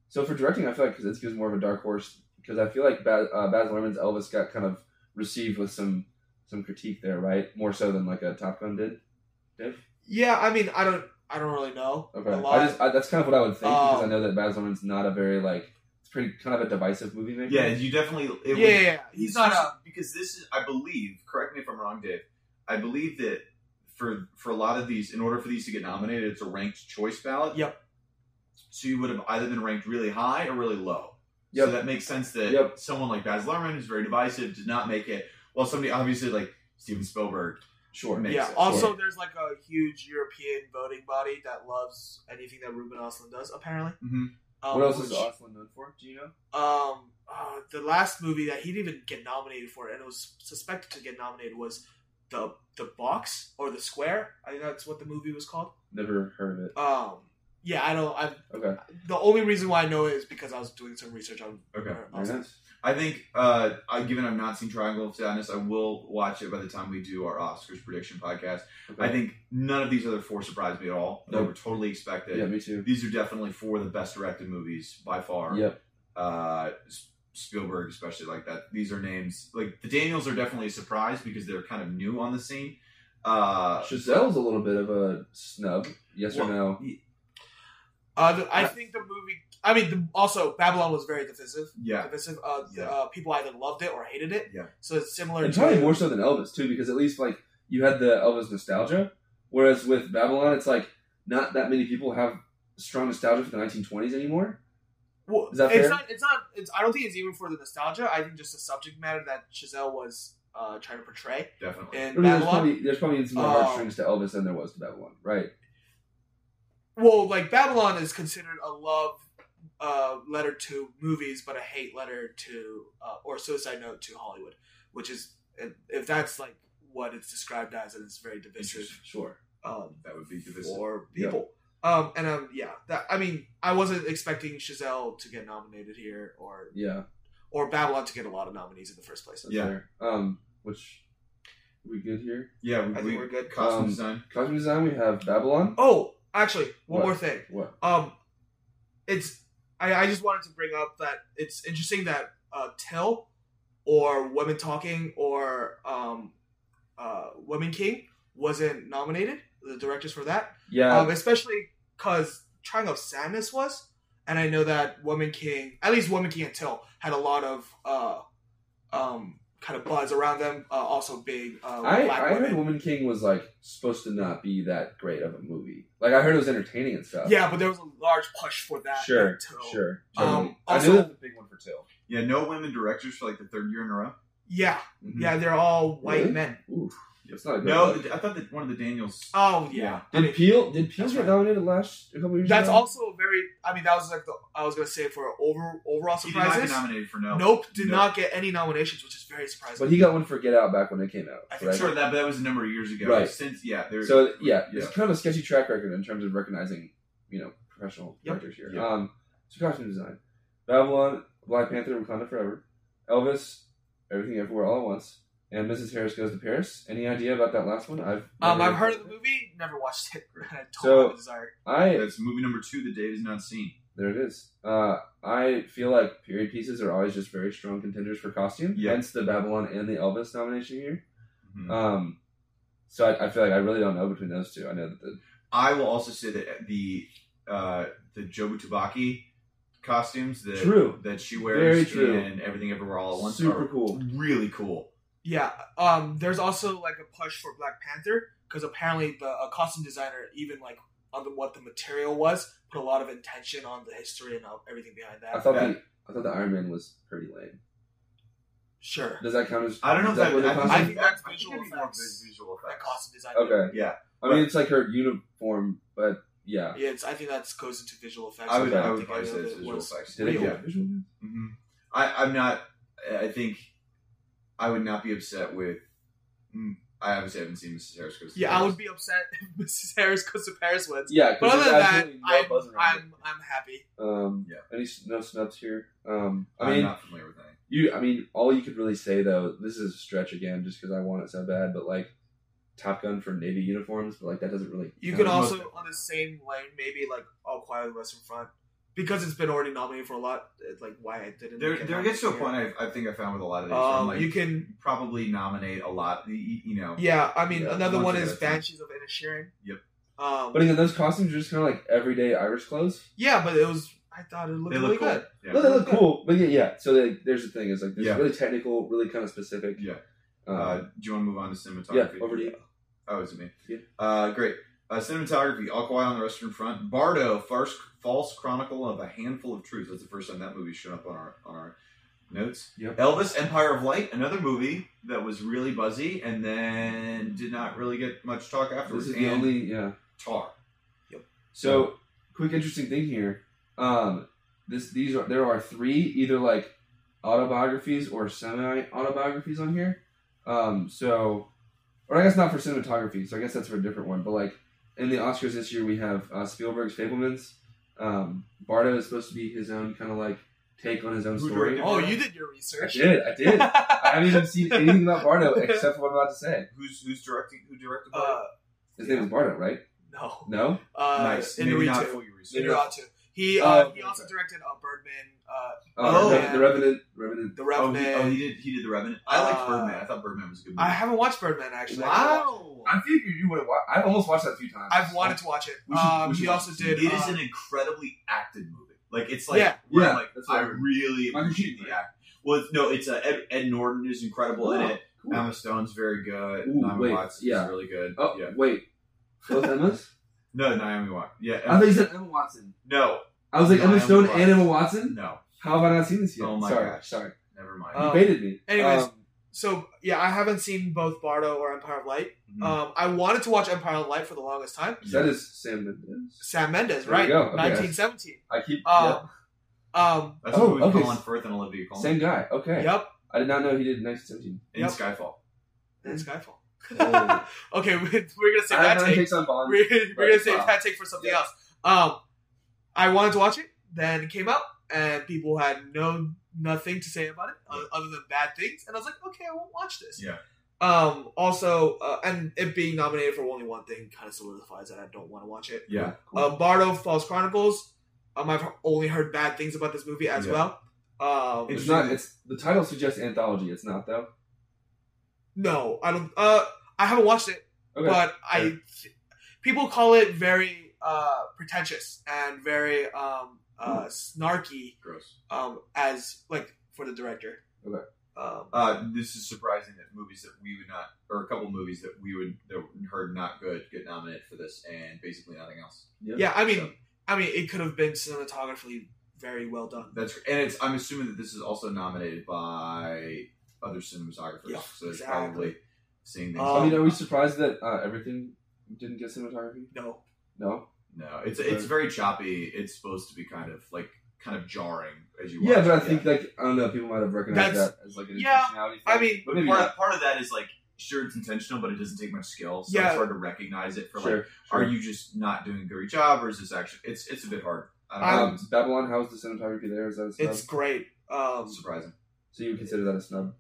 so for directing, I feel like Kaczynski was more of a dark horse because I feel like Baz, uh, Baz Luhrmann's Elvis got kind of received with some some critique there, right? More so than like a Top Gun did. Dave? Yeah, I mean, I don't, I don't really know Okay. a lot. I just I, that's kind of what I would think because I Um, know that Baz Luhrmann's not a very like it's pretty kind of a divisive movie maker. Yeah, you definitely. It yeah, was- yeah, yeah. He's not a. because this is. I believe. Correct me if I'm wrong, Dave. I believe that for for a lot of these, in order for these to get nominated, it's a ranked choice ballot. Yep. So you would have either been ranked really high or really low. Yep. So that makes sense that Yep. someone like Baz Luhrmann, who's very divisive, did not make it. While somebody obviously like Steven Spielberg sure. Makes yeah. sense. Also, Sure. there's like a huge European voting body that loves anything that Ruben Oslin does. Apparently. Mhm. Um, What else is which, Austin known for? Do you know? um uh, the last movie that he didn't even get nominated for, and it was suspected to get nominated, was the the box or the square. I think that's what the movie was called. Never heard of it. Um. Yeah, I don't. I Okay. the only reason why I know it is because I was doing some research on. Okay. on Oslin. I think, uh, I, given I've not seen Triangle of Sadness, I will watch it by the time we do our Oscars prediction podcast. Okay. I think none of these other four surprised me at all. They Nope. were totally expected. Yeah, me too. These are definitely four of the best directed movies by far. Yep. Uh, S- Spielberg, especially like that. These are names like the Daniels are definitely a surprise because they're kind of new on the scene. Uh, Chazelle's a little bit of a snub. Yes Well, or no? Uh, the, I think the movie. I mean, the, also Babylon was very divisive. yeah, Divisive. Uh, Yeah. uh, people either loved it or hated it. Yeah. So it's similar. And to probably more so than Elvis too, because at least like you had the Elvis nostalgia, whereas with Babylon, it's like not that many people have strong nostalgia for the 1920s anymore. Well, Is that it's fair? not. It's not. It's. I don't think it's even for the nostalgia. I think just the subject matter that Chazelle was uh, trying to portray definitely. I in mean, there's Babylon. probably there's probably some more Oh. heartstrings to Elvis than there was to Babylon, right? well, like Babylon is considered a love uh, letter to movies, but a hate letter to uh, or suicide note to Hollywood, which is if- if that's like what it's described as, and it's very divisive Sure. um, that would be divisive. for Yeah. people. Um, and um, yeah, that, I mean, I wasn't expecting Chazelle to get nominated here, or Yeah. or Babylon to get a lot of nominees in the first place. That's Yeah. fair. Um, which we good here? Yeah, we, I think we, we're good. costume Um, design. Costume design. We have Babylon. Oh, actually, one What? more thing. What? Um, it's I, I just wanted to bring up that it's interesting that uh, Till or Women Talking or um, uh, Women King wasn't nominated. The directors for that, Yeah. um, especially because Triangle of Sadness was, and I know that Woman King, at least Woman King and Till, had a lot of uh, um, kind of buzz around them. Uh, also being uh, I, black I heard women. Woman King was like supposed to not be that great of a movie. Like I heard it was entertaining and stuff. Yeah, but there was a large push for that. Sure. Till. Sure. Um, I also- knew that was a big one for Till. Yeah, no women directors for like the third year in a row. Yeah, Mm-hmm. Mhm. yeah, they're all white Mm. Really? men. Ooh, that's not a good No, look. the, I thought that one of the Daniels. Oh yeah. I mean, Did Peel? Did Peel That's get right. nominated last a couple years? that's ago? also a very. I mean, that was like the. I was gonna say for over overall He did not get surprises. nominated for no. Nope, did No. not get any nominations, which is very surprising. But he got one for Get Out back when it came out. I think Right? Sure, that but that was a number of years ago. Right. Since yeah, there's So yeah, yeah. it's kind of a sketchy track record in terms of recognizing you know professional Yep. directors here. Yep. Um, so costume design, Babylon, Black Panther, Wakanda Forever, Elvis, Everything Everywhere All at Once, and Mrs. Harris Goes to Paris. Any idea about that last one? I've um, never- I've heard of the movie, never watched it. I don't So- have a desire. I That's movie number two that Dave has not seen. There it is. Uh, I feel like period pieces are always just very strong contenders for costume. Yeah. Hence the Babylon and the Elvis nomination here. Mhm. Um, so I, I feel like I really don't know between those two. I know that the I will also say that the uh, the Jobu Tabaki costumes that True. that she wears Very true. in Everything Everywhere All at Once super are cool. really cool. Yeah. Um. There's also like a push for Black Panther because apparently the a costume designer even like on the, what the material was put a lot of intention on the history and uh, everything behind that. I thought Yeah. the I thought the Iron Man was pretty lame. sure. Does that count as? I don't know is if that that, what the I, costume- think that's I think visual it'd be more effects. Visual that effects. costume design. Okay. Yeah, I mean, it's like her uniform, but yeah. Yeah. It's, I think that goes into visual effects. I would Okay. I would think probably know say it's that visual was- effects. Did it Real. get visual? hmm I, I'm not. I think I would not be upset with. mm, I obviously haven't seen Mrs. Harris Goes to Yeah, I Paris. would be upset if Mrs. Harris goes to Paris wins. Yeah. 'cause But other there's than that, absolutely no I'm, buzz around it. I'm, I'm happy. Um, Yeah. Any s- no snubs here? Um, I I'm mean, not familiar with any. You, I mean, all you could really say though, this is a stretch again, just because I want it so bad. But like, Top Gun for Navy uniforms, but like that doesn't really. You count. could most also, definitely. on the same lane, maybe like All Quiet on the Western Front, because it's been already nominated for a lot. It's like why I didn't. There, get there gets to a nominated point I, I think I found with a lot of here. these. where I'm Um, like, you can, probably nominate a lot. You, you know, yeah. I mean, Yeah, another once one I is got it. Banshees of Inisherin. Yep. Um, But again, those costumes are just kind of like everyday Irish clothes. yeah, but it was I thought it looked they really look cool. good. Yeah. No, they look cool, but yeah, yeah. So like, there's the thing is like, there's Yeah. really technical, really kind of specific. Yeah. Um, Uh, do you want to move on to yeah. cinematography? Over to you. Oh, is it me? Yeah. Uh, great. Uh, cinematography, All Quiet on the Western Front. Bardo, farce, false chronicle of a handful of truths. That's the first time that movie showed up on our on our notes. Yep. Elvis, Empire of Light, another movie that was really buzzy and then did not really get much talk This afterwards. is And the only yeah. Tar. So, quick interesting thing here. Um, this these are there are three either like autobiographies or semi autobiographies on here. Um, so, or I guess not for cinematography. So I guess that's for a different one. But like in the Oscars this year, we have uh, Spielberg's Fablemans. Um, Bardo is supposed to be his own kind of like take on his own Who story. directed Oh, Yeah. you did your I research. did. I did. I haven't even seen anything about Bardo except for what I'm about to say. Who's who's directing? Who directed? Bardo? Uh, His name is Bardo, right? no. No. Uh, nice. In Maybe Maybe not full your research. You're out too. He uh, Oh, he also okay. directed uh, Birdman, uh, Oh, the, yeah. the Revenant. Revenant. The Oh, Revenant. he, oh, he did. He did the Revenant. I liked Uh, Birdman. I thought Birdman was a good movie. I haven't watched Birdman actually. wow. I figured you would have watched. I've almost watched that a few times. I've wanted to watch it. We should- um, we should he watch also this. did. It is uh, an incredibly acted movie. Like it's like Yeah. where I'm Yeah, like that's what I I heard. really Michael appreciate Keaton, the right? act. Well, it's, no, it's uh, Ed, Ed Norton is Oh, incredible in it. Cool. Emma Stone's very good. Ooh, Naomi wait, Watts yeah. is really good. oh Yeah. wait, both Emmas? No, Naomi Watts. Yeah. I Emma, thought you said Emma Watson. no, I was like No, Emma Emma Stone and Watson. Emma Watson. no. How have I not seen this yet? Oh my sorry, gosh. sorry. Never mind. Um, you baited me. anyways, Um, so yeah, I haven't seen both Bardo or Empire of Light. Mhm. Um, I wanted to watch Empire of Light for the longest time. that is Sam Mendes. Sam Mendes, There you right? go. Okay. 1917. I keep Uh, Um, That's oh, what okay. with Colin Firth and Olivia yeah, Colman same guy. Okay, Yep, I did not know he did 1917. in yep. Skyfall. and Skyfall. Oh. okay, we, we're gonna save I that have no take. takes on Bond. We're, we're gonna Right, save wow. that take for something Yeah. else. Um, I wanted to watch it, then it came out, and people had no nothing to say about it uh, other than bad things, and I was like, okay, I won't watch this. Yeah. Um. Also, uh, and it being nominated for only one thing kind of solidifies that I don't want to watch it. Yeah. Cool. Um, Bardo False Chronicles. Um, I've only heard bad things about this movie as Yeah. well. Um, it's not. It's the title suggests anthology. It's not though. no, I don't. Uh, I haven't watched it, Okay. but I people call it very uh, pretentious and very um, uh, snarky Gross. um, as like for the director. Okay. Um, Uh, this is surprising that movies that we would not, or a couple movies that we would that were heard not good, get nominated for this, and basically nothing else. yeah, I mean, So- I mean, it could have been cinematographically very well done. That's and it's. I'm assuming that this is also nominated by other cinematographers. Yeah, so there's exactly. probably seeing things. Um, I mean, are we surprised that uh, everything didn't get cinematography? No, No. no, it's it's very choppy. It's supposed to be kind of like kind of jarring as you. Yeah, watch but I it. think like I don't know. People might have recognized That's- that as like an yeah, intentionality. Thing. I mean, but maybe part not. of, part of that is like sure it's intentional, but it doesn't take much skill, so Yeah. it's hard to recognize it for like. Sure, sure. Are you just not doing a good job, or is this actually? It's it's a bit hard. I don't Um, know. Babylon, how's the cinematography there? Is that a snub? it's great. Um, It's surprising. so you would consider that a snub?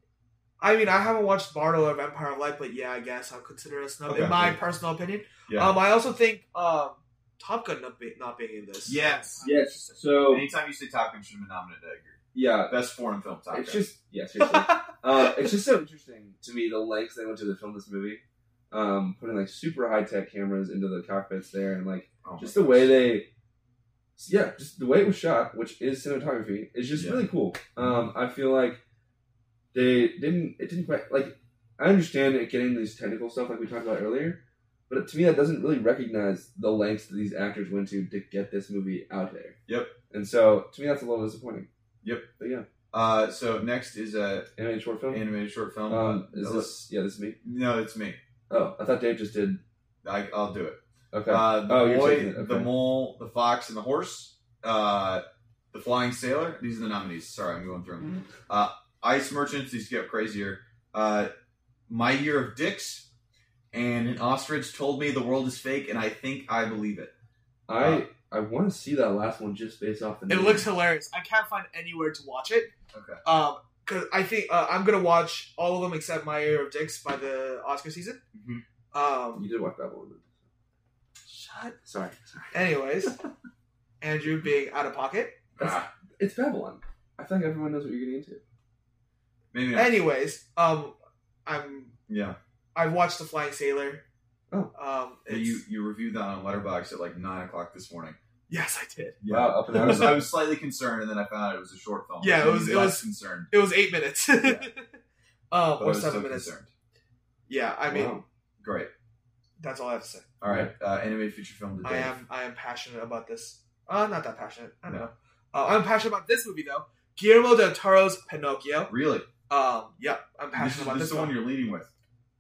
I mean, I haven't watched Bardo or Vampire of Light, but yeah, I guess I'll consider it a snub Okay. in my personal opinion. Yeah. Um, I also think um, Top Gun not, be, not being in this. Yes. Yes. So Anytime you say Top Gun, should have been nominated. I agree. yeah, Best foreign film. Top it's Gun. just yeah, seriously. uh, it's just so interesting to me the lengths they went to to film this movie, um, putting like super high tech cameras into the cockpits there, and like Oh my just the gosh. way they, yeah, just the way it was shot, which is cinematography, is just Yeah. really cool. Um, I feel like they didn't, it didn't quite like. I understand it getting these technical stuff like we talked about earlier, but to me that doesn't really recognize the lengths that these actors went to to get this movie out there. Yep. And so to me that's a little disappointing. Yep. But yeah, Uh, so next is a animated short film. animated short film. um, Uh, is this yeah this is me? No, it's me. Oh, I thought Dave just did. I, I'll do it. Okay. Uh, the Oh, you're boy, taking it, okay. the mole, the fox, and the horse. Uh, the flying sailor. These are the nominees. Sorry, I'm going through them. Uh, Ice merchants. These get crazier. Uh, My year of dicks. And an ostrich told me the world is fake, and I think I believe it. I I want to see that last one just based off the. It name. looks hilarious. I can't find anywhere to watch it. Mm. Okay. Um, cause I think uh, I'm gonna watch all of them except My Year of Dicks by the Oscar season. Mhm. Um, You did watch Babylon. shut. Sorry, sorry. Anyways, Andrew being out of pocket. That's- Ah, It's Babylon. I feel like everyone knows what you're getting into. maybe not. Anyways, um, I'm yeah. I've watched The Flying Sailor. Oh. Um, Hey, it's- you you reviewed that on Letterbox at like nine o'clock this morning. Yes, I did. Yeah. Wow, up and I out. was, I was slightly concerned, and then I found out it was a short film. Yeah, it I was- it less was- concerned. It was eight minutes. Yeah. um, But I or was seven still minutes. concerned. Yeah, I mean, Wow. Great. that's all I have to say. All right. Uh, animated feature film today. I am I am passionate about this. Uh, not that passionate. I don't No. know. Uh, I'm passionate about this movie though. Guillermo del Toro's Pinocchio. Really? Um, yep, I'm This passionate is, about this this, is the one. one you're leading with.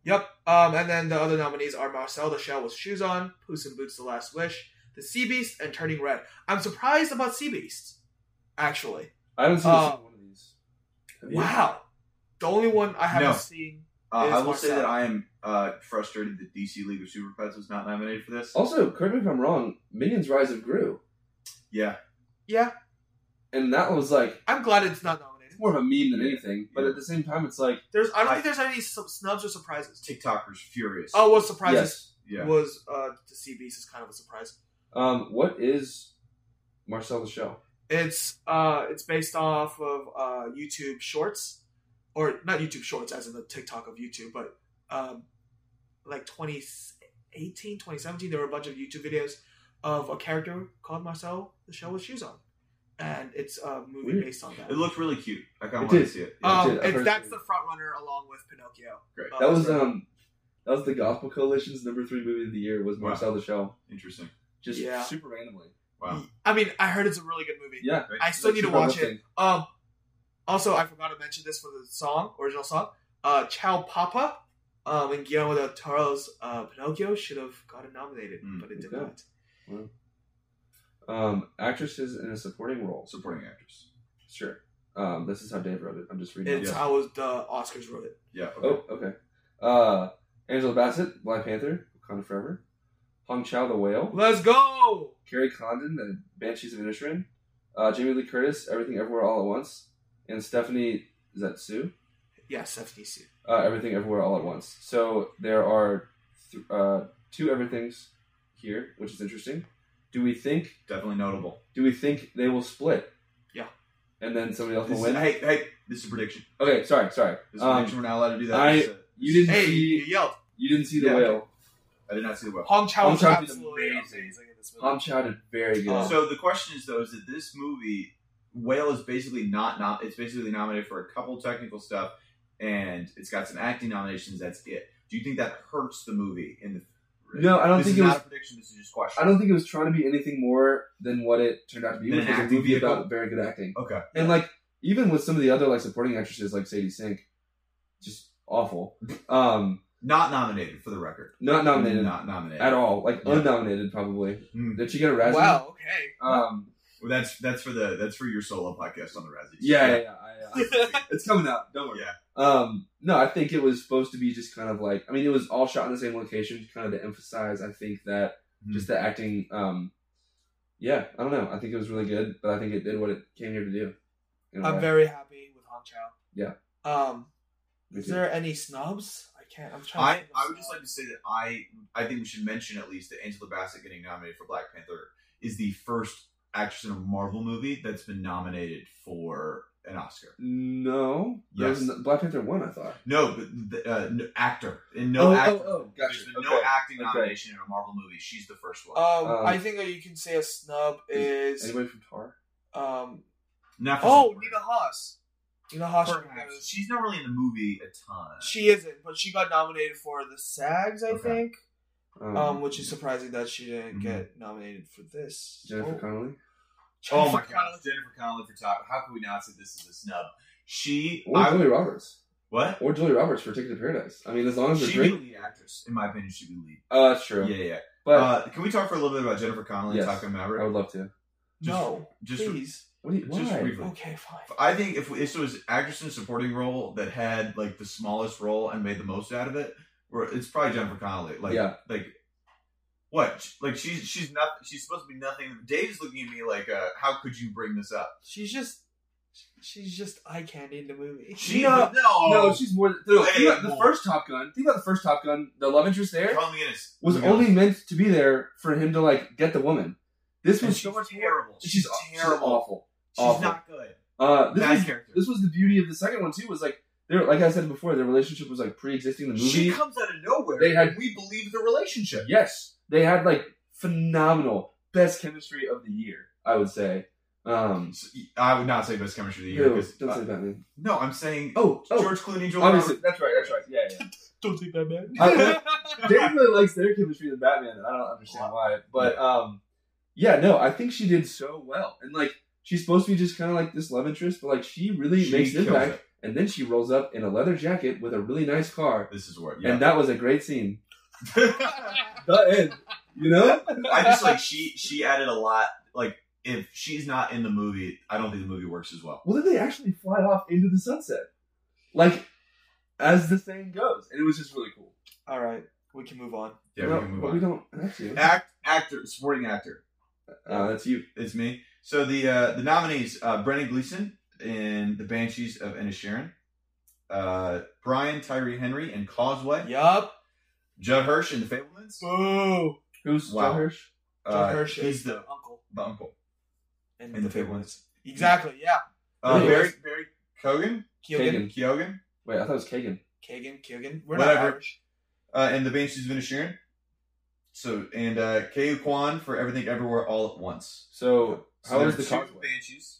Yep. Um, and then the other nominees are Marcel the Shell with Shoes On, Puss in Boots: The Last Wish, The Sea Beast, and Turning Red. I'm surprised about Sea Beast, actually. I haven't seen a Uh, single one of these. Have you? Wow. The only one I haven't No. seen. Uh, It is I will more say sad. that I am uh, frustrated that DC League of Super Pets was not nominated for Oh. this. Also, correct me if I'm wrong. Minions: Rise of Gru, Yeah. Yeah, and that was like I'm glad it's not nominated. more of a meme than Yeah. anything. But Yeah. at the same time, it's like There's I don't I- think there's any sub- snubs or surprises. TikTokers furious. Oh, what surprises yes. yeah. was uh, The Sea Beast is kind of a surprise. Um, what is Marcel the Shell? It's uh, it's based off of uh, YouTube Shorts, or not YouTube Shorts, as in the TikTok of YouTube, but um, like 2018, 2017, there were a bunch of YouTube videos of a character called Marcel the Shell with Shoes On, and it's a movie Weird. based on that. It looked really cute. I kind It of wanted to did. see it. Uh, um, I've it's, heard that's it. the front runner along with Pinocchio. Great. Uh, That was sorry. um, that was the Gospel Coalition's number three movie of the year was Wow. Marcel the Shell. Interesting. Just Yeah. super randomly. Wow. I mean, I heard it's a really good movie. um, Yeah. Great. I still Like, need to super watch it. uplifting. Um, also, I forgot to mention this for the song, original song. Uh, Chow Papa um, and Guillermo del Toro's uh, Pinocchio should have gotten nominated, Mm, but it did okay. not. Um, actresses in a supporting role. Supporting actress. Sure. Um, this is how Dave wrote it. I'm just reading. It's Yeah. how was the Oscars wrote it. Yeah. Okay. Oh, okay. Uh, Angela Bassett, Black Panther, Wakanda Forever. Hong Chao the Whale. Let's go! Carrie Condon, The Banshees of Inisherin. Uh, Jamie Lee Curtis, Everything Everywhere All at Once. And Stephanie, is that Sue? Yeah, Stephanie Sue. Uh, Everything Everywhere All at Once. So there are th- uh, two everythings here, which is interesting. Do we think? Definitely notable. Do we think they will split? Yeah. And then somebody else This will is, win. hey, hey, this is a prediction. Okay, sorry, sorry. This is a prediction. Um, We're not allowed to do that. I- It's a- you didn't Hey, you see. yelled. You didn't see the Yeah. whale. I did not see the web. Hong Chow Hong was Chao did absolutely amazing. amazing in this movie. Hong Chao did very good. Oh. So the question is though, is that this movie Whale is basically not not it's basically nominated for a couple technical stuff, and it's got some acting nominations. That's it. Do you think that hurts the movie? In the No, I don't this think is it not was- a prediction. This is just a question. I don't think it was trying to be anything more than what it turned out to be, Than which an was a acting movie vehicle? about very good acting. Okay. And like even with some of the other like supporting actresses like Sadie Sink, just awful. Um, Not nominated for the record. not nominated Not nominated at all. Like Yeah. unnominated probably. Mm. Did she get a Razzie? Wow, okay. Um, Well, that's that's for the that's for your solo podcast on the Razzies. yeah, yeah, yeah, I, uh, it's coming out. Don't worry. Yeah. Um, no, I think it was supposed to be just kind of like I mean it was all shot in the same location, kind of to emphasize I think that Hmm. just the acting. Um, yeah, I don't know. I think it was really good, but I think it did what it came here to do. in a I'm way. very happy with Hong Chow. Yeah. Um, Me is too. there any snubs? I can't. I'm trying. I, think of I would just like snubs. to say that I I think we should mention at least that Angela Bassett getting nominated for Black Panther is the first actress in a Marvel movie that's been nominated for an Oscar. No, there was Yes. no- Black Panther one. I thought. No, but the, uh, no, actor and no oh, actor. oh, oh, gotcha. There's been Okay. no acting okay. nomination in a Marvel movie. She's the first one. Um, Um, I think that you can say a snub is Anybody from Tar? um, Not for Oh, supporting. Nina Haas. Nina Haas. should have Perhaps. She's not really in the movie a ton. She isn't, but she got nominated for the SAGs, I Okay. Mm-hmm. think. Um, which is surprising that she didn't get nominated for this. Jennifer oh. Connelly. oh my Jennifer god, Connelly. Jennifer Connelly for top. How could we not say this is a snub? She, Or I, Julie Roberts. what? Or Julie Roberts for Ticket to Paradise. I mean, as long as She'd it's be the great. lead actress, in my opinion. She'd be lead. Uh, that's true. Yeah, yeah. yeah. But uh, can we talk for a little bit about Jennifer Connelly Yes. and Taco Maverick? I would love to. Just- No, just- please. What do you, Just why? briefly. Okay, fine. I think if, if it was actress in a supporting role that had like the smallest role and made the most out of it, where it's probably Jennifer Connelly. Like, Yeah. like what? Sh- Like she's she's not she's supposed to be nothing. Dave's looking at me like, uh, how could you bring this up? She's just, she's just eye candy in the movie. She No, no, no, she's more. Than, no, Way think about the more. first Top Gun. Think about the first Top Gun. The love interest there. Tell me this. was Moving on. only meant to be there for him to like get the woman. This And was she's so much more. terrible. She's, terrible. awful. She's awful. not good. Uh, this Bad was, character. this was the beauty of the second one too. Was like their like I said before, their relationship was like pre-existing the movie. She comes out of nowhere. They had- and we believe the relationship. yes, they had like phenomenal best chemistry of the year, I would say. Um, So, I would not say best chemistry of the year. no, 'cause, don't uh, say Batman. no, I'm saying Oh, oh, George Clooney, Joel obviously, that's right, that's right. Yeah, yeah. Don't take that, man. Dave really likes their chemistry than Batman, and I don't understand why. But um, yeah, no, I think she did so well, and like she's supposed to be just kind of like this love interest, but like she really She makes an kills impact. And then she rolls up in a leather jacket with a really nice car, This is what. Yeah. and that was a great scene. The end. You know? I just like she. She added a lot. Like if she's not in the movie, I don't think the movie works as well. Well, then they actually fly off into the sunset, like as the saying goes, and it was just really cool. Uh, All right, we can move on. Yeah, No, we can move but on. we don't have to. Act actor, supporting actor. Uh, that's you. It's me. So the uh, the nominees: uh, Brennan Gleeson in The Banshees of Inisherin, uh, Brian Tyree Henry in Causeway, Yup. Judd Hirsch in The Fablemans. Boo. Who's Wow. John Hirsch? John Uh, Hirsch he's is the the, uncle the uncle in, in The Fablemans. Exactly. Yeah. Uh, Really? Barry Barry Cogan, Keoghan. Kagan. Keoghan, Wait, I thought it was Kagan. Kagan. Keoghan. We're not Whatever. Irish. uh, and The Banshees of Inisherin. So and uh, Kei Kwan for Everything Everywhere All at Once. So, So how there was are the two Causeway? Banshees?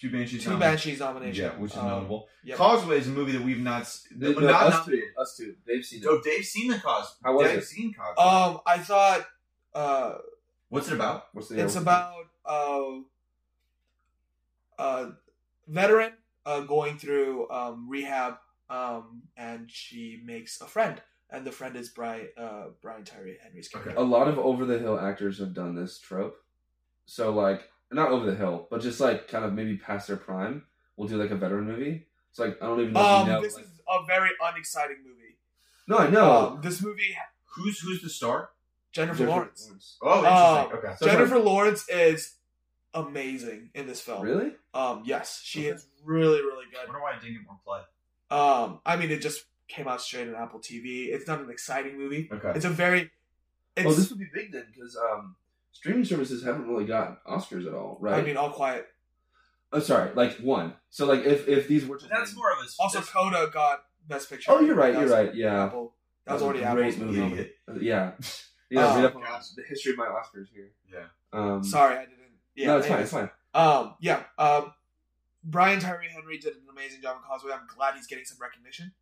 Two Banshees. Two nominees. Banshees nomination. Yeah, which is Um, notable. yep. Causeway is a movie that we've not. s- The- not no, us nominated. two. Us two. They've seen it. Oh, Dave's seen the Cosby. How was Dave's it? seen Cosby. Um, I thought uh, What's it about? What's the it's about uh, a veteran uh, going through um, rehab, um, and she makes a friend, and the friend is Brian uh, Brian Tyree Henry's character. Okay. A lot of over the hill actors have done this trope. So, like, not over the hill, but just like kind of maybe past their prime. We'll do like a veteran movie. It's like I don't even know. if Um, you know this like- is a very unexciting movie. no, I know. Um, this movie, Who's who's the star? Jennifer, Jennifer Lawrence. Lawrence. Oh, interesting. okay. Uh, So- Jennifer Lawrence is amazing in this film. Oh, Really? Um, yes, she Okay. is really, really I good. wonder why I didn't get more play. Um, I mean, it just came out straight on Apple TV. It's not an exciting movie. Okay. It's a very, it's, Oh, this would be big then because um, streaming services haven't really gotten Oscars at all, right? I mean, all quiet. oh, sorry, like one. So like if if these were to That's win- more of a Also, Coda got best picture. Oh, you're right. That You're was right. Yeah. Apple. That was That was already a great Apple's movie. movie. idiot. Yeah. Yeah. Oh, read up on gosh. the history of my Oscars here. Yeah. Um, Sorry, I didn't. Yeah, no, it's fine. anyways. It's fine. Um, yeah. Um, Brian Tyree Henry did an amazing job in Causeway. I'm glad he's getting some recognition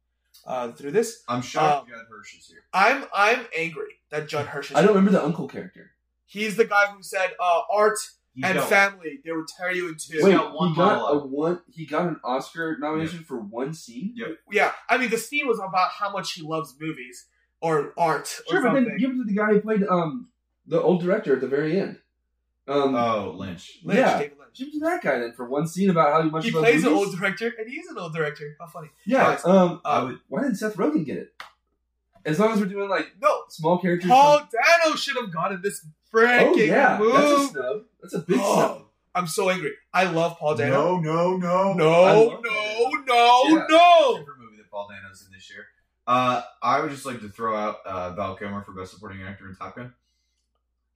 uh, through this. I'm shocked Uh, Um, Judd Hirsch is here. I'm I'm angry that Judd Hirsch. Is I don't remember the uncle character. He's the guy who said uh, art He and don't. family they will tear you in two. He's Wait, got one he got a monologue. one. He got an Oscar nomination for one scene. Yeah. Yeah, I mean the scene was about how much he loves movies or art or Sure, but something. then give it to the guy who played um the old director at the very end. Um, oh, Lynch. Lynch, yeah. David Lynch. give it to that guy then for one scene about how much He loves plays an movies. old director, and he's an old director. How funny! Yeah. Guys, Um. uh, I would. Why didn't Seth Rogen get it? As long as we're doing like No, small characters. Paul Dano should have gotten this freaking oh yeah, that's a move. snub. That's a big snub. Oh, I'm so angry. I love Paul Dano. No, no, no, I No, love no, Paul Dano. no, Yeah. no. Different movie that Paul Dano's in this year. Uh, I would just like to throw out uh, Val Kilmer for best supporting actor in Top Gun.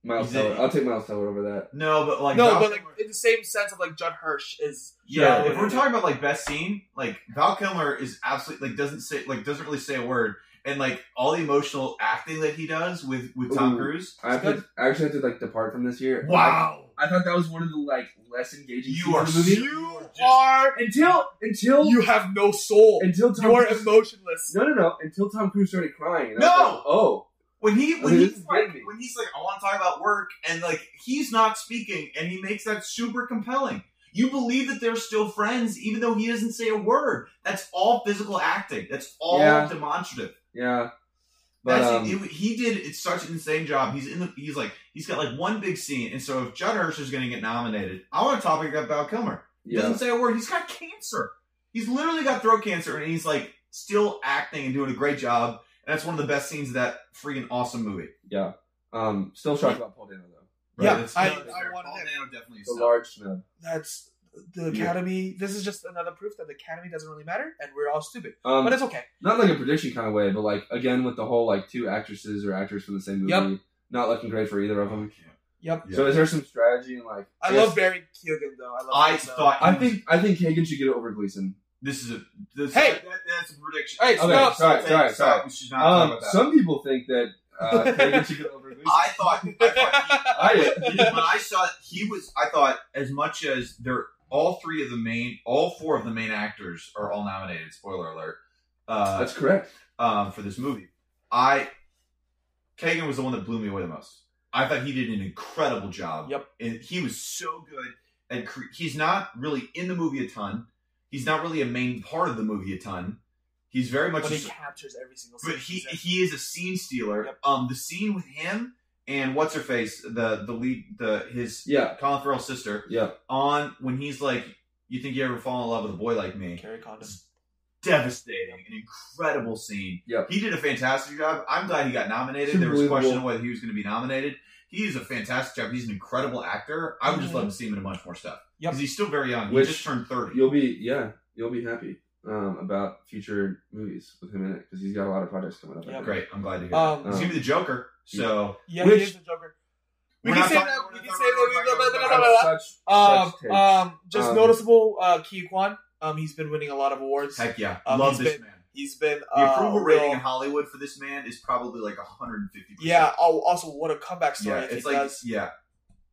Miles Is it- Teller. I'll take Miles Teller over that. No, but like no, Val but like Kilmer- in the same sense of like Judd Hirsch is Yeah, Yeah, if we're talking about like best scene, like Val Kilmer is absolutely like doesn't say like doesn't really say a word, and like all the emotional acting that he does with with Tom Ooh. Cruise. I, have to, I actually had to like depart from this year. Wow, I, I thought that was one of the like less engaging. you scenes are of the movie. you are until until you have no soul. until Tom You are Cruise- emotionless. No, no, no. Until Tom Cruise started crying. and I No! was like, oh, when he when Okay, this he's is like getting me. when he's like I want to talk about work and like he's not speaking and he makes that super compelling. You believe that they're still friends even though he doesn't say a word. That's all physical acting. That's all Yeah. demonstrative. yeah. But That's um, it. It- he did it's such an insane job. He's in the he's like he's got like one big scene, and so if Judd Hirsch is going to get nominated, I want to topic about Val Kilmer. He yeah, Doesn't say a word. He's got cancer. He's literally got throat cancer, and he's like still acting and doing a great job. And that's one of the best scenes of that freaking awesome movie. yeah. Um, still shocked about Paul Dano though. Yeah, It's- I- no, it's I fair. wanted Paul it. Dano definitely is The not. large snub. That's the Yeah. Academy. This is just another proof that the Academy doesn't really matter, and we're all stupid. Um, But it's okay. not like a prediction kind of way, but like again with the whole like two actresses or actors from the same movie, Yep. not looking great for either of them. Yep. So is there some strategy and like I guess- love Barry Keoghan though. I love. I him, so- thought. I think I think Kagan should get it over Gleason. this is a. This, Hey! that, that's a prediction. Hey, Okay, stop! sorry, sorry, sorry. We should not talk Um, about that. some people think that Uh, Pagan Chicken Lover Moose. I thought, I thought uh, he- I, when I saw he was, I thought as much as they're all three of the main, all four of the main actors are all nominated. Spoiler alert. Uh, that's correct. um, for this movie, I Kagan was the one that blew me away the most. I thought he did an incredible job. Yep. and he was so good at. Cre- he's not really in the movie a ton. He's not really a main part of the movie a ton. He's very much. but a he s- captures every single. but scene he he's in. he is a scene stealer. Yep. Um, the scene with him and what's her face, the the lead, the his Yeah, Colin Farrell's sister yeah. on when he's like, "You think you ever fall in love with a boy like me?" Carry condom. Devastating, an incredible scene. Yep. He did a fantastic job. I'm glad he got nominated. It's There was a question of unbelievable. whether he was going to be nominated. He is a fantastic job. He's an incredible actor. I would just Mhm. love to see him in a bunch more stuff Yep. because he's still very young. Which he just turned 30 You'll be yeah, you'll be happy um, about future movies with him in it because he's got a lot of projects coming up. I Yeah. think. Great. I'm glad to hear. that. Um, He's gonna be the Joker. So yeah, Uh, Which- he is the Joker. We We're can not say talking- that. we're We not can say talking- that. we're we- not Blah, talking- we're blah, blah, blah, not blah, I'm talking- blah. such, Um, such takes. um, just Um, noticeable, uh, Ki Kwan. Um, he's been winning a lot of awards. heck yeah, Um, love he's this been- man. He's been The uh, approval real- rating in Hollywood for this man is probably like 150. Yeah. Oh, also, what a comeback story yeah. if he It's like does. yeah.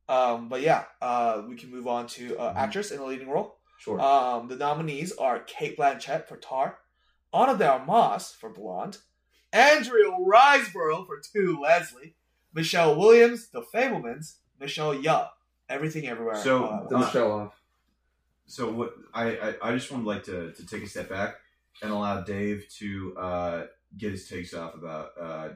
Um, but yeah, uh, we can move on to uh, Mhm. actress in a leading role. sure. Um, the nominees are Kate Blanchett for Tar, Ana de Armas for Blonde, Andrea Riseborough for Two Leslie, Michelle Williams, The Fablemans, Michelle Yeoh, Everything Everywhere. So, All at the uh, Once. Michelle off. So what I I, I just would like to to take a step back and allow Dave to uh, get his takes off about uh,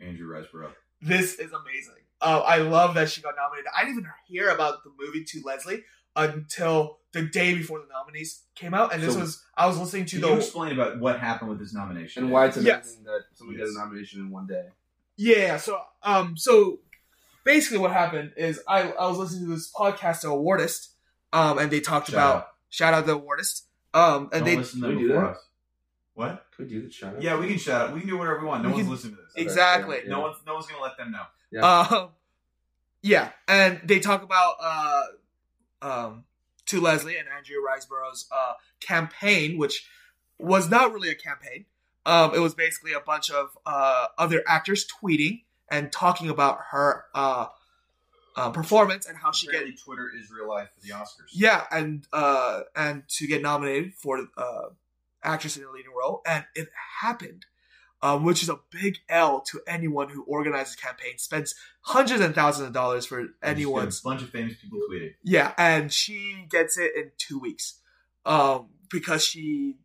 Andrew Riseborough. This is amazing. Uh, I love that she got nominated. I didn't even hear about the movie To Leslie until the day before the nominees came out, and this So- was I was listening to Can the you explain about what happened with his nomination And why it's amazing Yes. that somebody gets Yes. a nomination in one day. yeah. So um, so basically, what happened is I I was listening to this podcast, The Awardist, um, and they talked Shout about out. shout out The Awardist, um, and Don't they listen to them Can we do before that? us. What? Could we do the shout out? Yeah, we can shout out. We can do whatever we want. No We one's can- listening to this. Okay, Exactly. yeah, yeah. No one's no one's gonna let them know. Yeah. Um, yeah, and they talk about uh, um, to Leslie and Andrea Riseborough's uh, campaign, which was not really a campaign. Um, it was basically a bunch of uh, other actors tweeting and talking about her uh, uh, performance and how she get Apparently, Twitter is real life for the Oscars. yeah and uh, and to get nominated for uh, actress in a leading role, and it happened. Um, which is a big L to anyone who organizes campaign, spends hundreds and thousands of dollars for And just get anyone's a bunch of famous people tweeting. yeah, and she gets it in two weeks, um, because she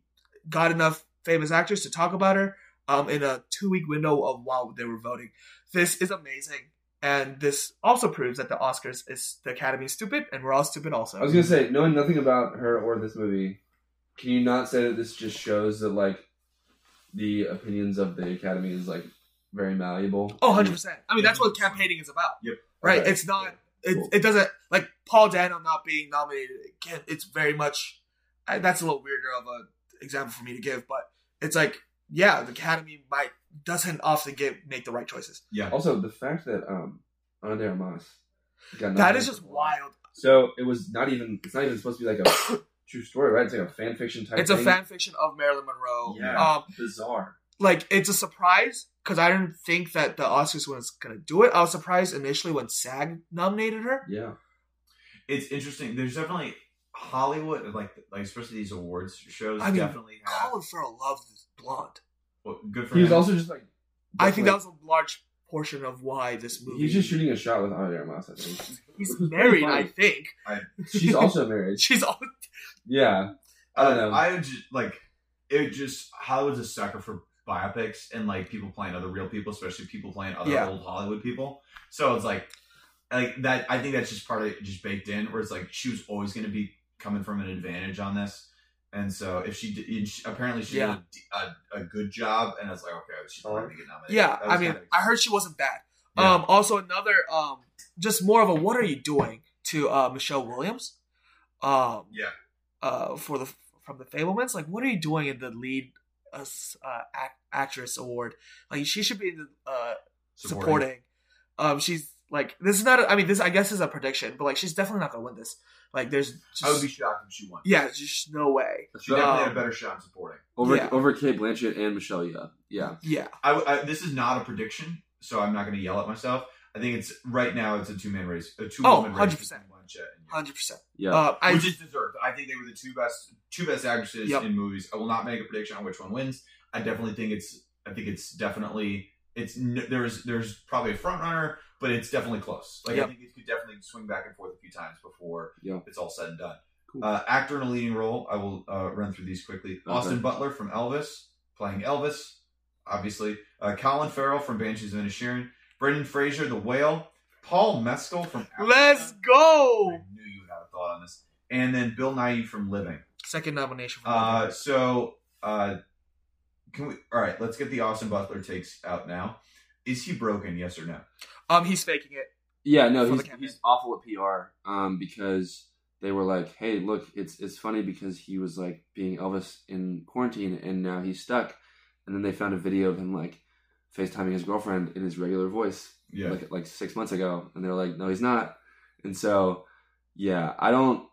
got enough famous actors to talk about her, um, in a two-week window of while they were voting. This is amazing, and this also proves that the Oscars is the Academy is stupid, and we're all stupid also. I was gonna say, knowing nothing about her or this movie, can you not say that this just shows that like the opinions of the Academy is like very malleable? oh, 100 percent. I mean, that's what campaigning is about. Yep. Right. Okay. It's not. It, Cool. it doesn't like Paul Dano not being nominated. It can't, it's very much. I, that's a little weirder of a example for me to give, but it's like yeah, the Academy might doesn't often give make the right choices. Also, the fact that um Ana de Armas that got nominated is just for- wild. So it was not even. It's not even supposed to be like a true story, right? It's like a fan fiction type. It's a thing. fan fiction of Marilyn Monroe. Yeah. Um, Bizarre. like it's a surprise because I didn't think that the Oscars was gonna do it. I was surprised initially when SAG nominated her. Yeah. It's interesting. There's definitely Hollywood, like like especially these awards shows, I mean, definitely have. Colin Farrell loved this blonde. Well, good for He was him. also just like. I think that definitely- was a large portion of why this movie. He's just shooting a shot with Ana de Armas. I think He's married, I think. she's also married. She's all. Yeah. I don't know. Um, I would just like it. Just Hollywood's a sucker for biopics and like people playing other real people, especially people playing other Yeah. old Hollywood people. So it's like, like that. I think that's just part of it, just baked in, where it's like she was always going to be coming from an advantage on this. And so if she did, and she- apparently she Yeah. did a, a, a good job, and it's like okay, she's probably going to get nominated. Yeah, That was I mean, kinda- I heard she wasn't bad. Yeah. Um, also another um, just more of a what are you doing to uh, Michelle Williams? Um, Yeah. Uh, for the from the Fablemans, like what are you doing in the lead uh, s- uh, act- actress award? Like she should be in the uh, supporting. Um, she's like this is not. A, I mean, this I guess is a prediction, but like she's definitely not gonna win this. Like there's just I would be shocked if she won. yeah, just no way. She definitely had Um, a better shot in supporting. over Yeah. over Kate Blanchett and Michelle. Yeah. Yeah. Yeah, I, I- this is not a prediction, so I'm not going to yell at myself. I think it's right now it's a two man race, a two Oh, woman race. 100%. between Blanchett and Yellen. Hundred percent. Yeah. Uh, I which is deserved. I think they were the two best two best actresses Yep. in movies. I will not make a prediction on which one wins. I definitely think it's I think it's definitely it's n- there's there's probably a front runner, but it's definitely close. Like Yep. I think it could definitely swing back and forth a few times before Yeah. it's all said and done. Cool. Uh, actor in a leading role. I will uh, run through these quickly. Okay. Austin Butler from Elvis playing Elvis, obviously. Uh, Colin Farrell from Banshees of Inisherin. Brendan Fraser, The Whale. Paul Mescal from let's Avatar. go. I knew you would have a thought on this. And then Bill Nye from Living. Second nomination. For Uh, so, uh, can we? All right, let's get the Austin Butler takes out now. Is he broken? Yes or no? um, he's faking it. Yeah, no, for the he's, campaign. he's awful at PR um, because they were like, "Hey, look, it's it's funny because he was like being Elvis in quarantine and now he's stuck," and then they found a video of him like FaceTiming his girlfriend in his regular voice Yeah. like like six months ago, and they're like, "No, he's not," and so yeah, I don't.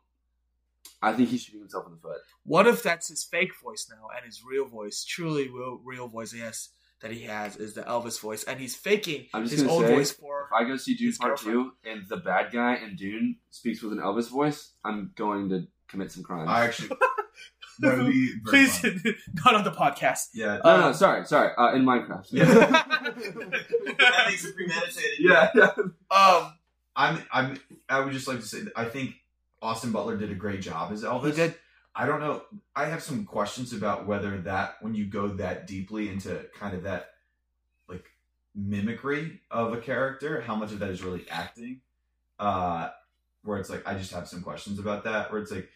I think he's shooting himself in the foot. What if that's his fake voice now and his real voice, truly real, real voice? Yes, that he has is the Elvis voice, and he's faking I'm just his gonna own say, voice for. If I go see Dune His Part girlfriend. Two and the bad guy in Dune speaks with an Elvis voice, I'm going to commit some crimes. I actually. that would be very Please, fun. not on the podcast. Yeah. no, no, sorry, sorry. Uh, in Minecraft. Yeah. um, makes it premeditated. yeah, yeah. I'm. I'm. I would just like to say that I think Austin Butler did a great job as Elvis. he did. I don't know. I have some questions about whether that when you go that deeply into kind of that like mimicry of a character, how much of that is really acting. Uh where it's like I just have some questions about that. Where it's like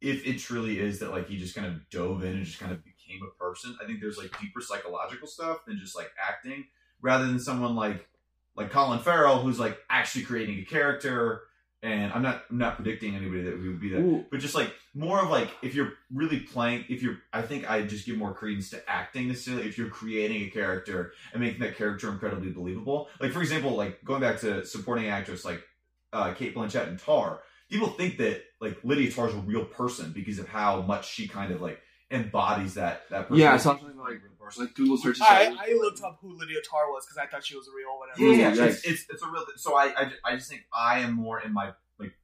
if it truly is that like he just kind of dove in and just kind of became a person, I think there's like deeper psychological stuff than just like acting, rather than someone like like Colin Farrell who's like actually creating a character. And I'm not I'm not predicting anybody that we would be that Ooh, but just like more of like if you're really playing if you're i think i just give more credence to acting necessarily if you're creating a character and making that character incredibly believable like for example like going back to supporting actress like uh kate blanchett and tar people think that like lydia tar's a real person because of how much she kind of like embodies that that person Yeah, I saw something like- like Google searches. I, I looked up who Lydia Tar was because I thought she was real. Whatever. yeah, yeah, Ooh, It's, yikes. it's it's a real thing. So I, I I just think I am more in my like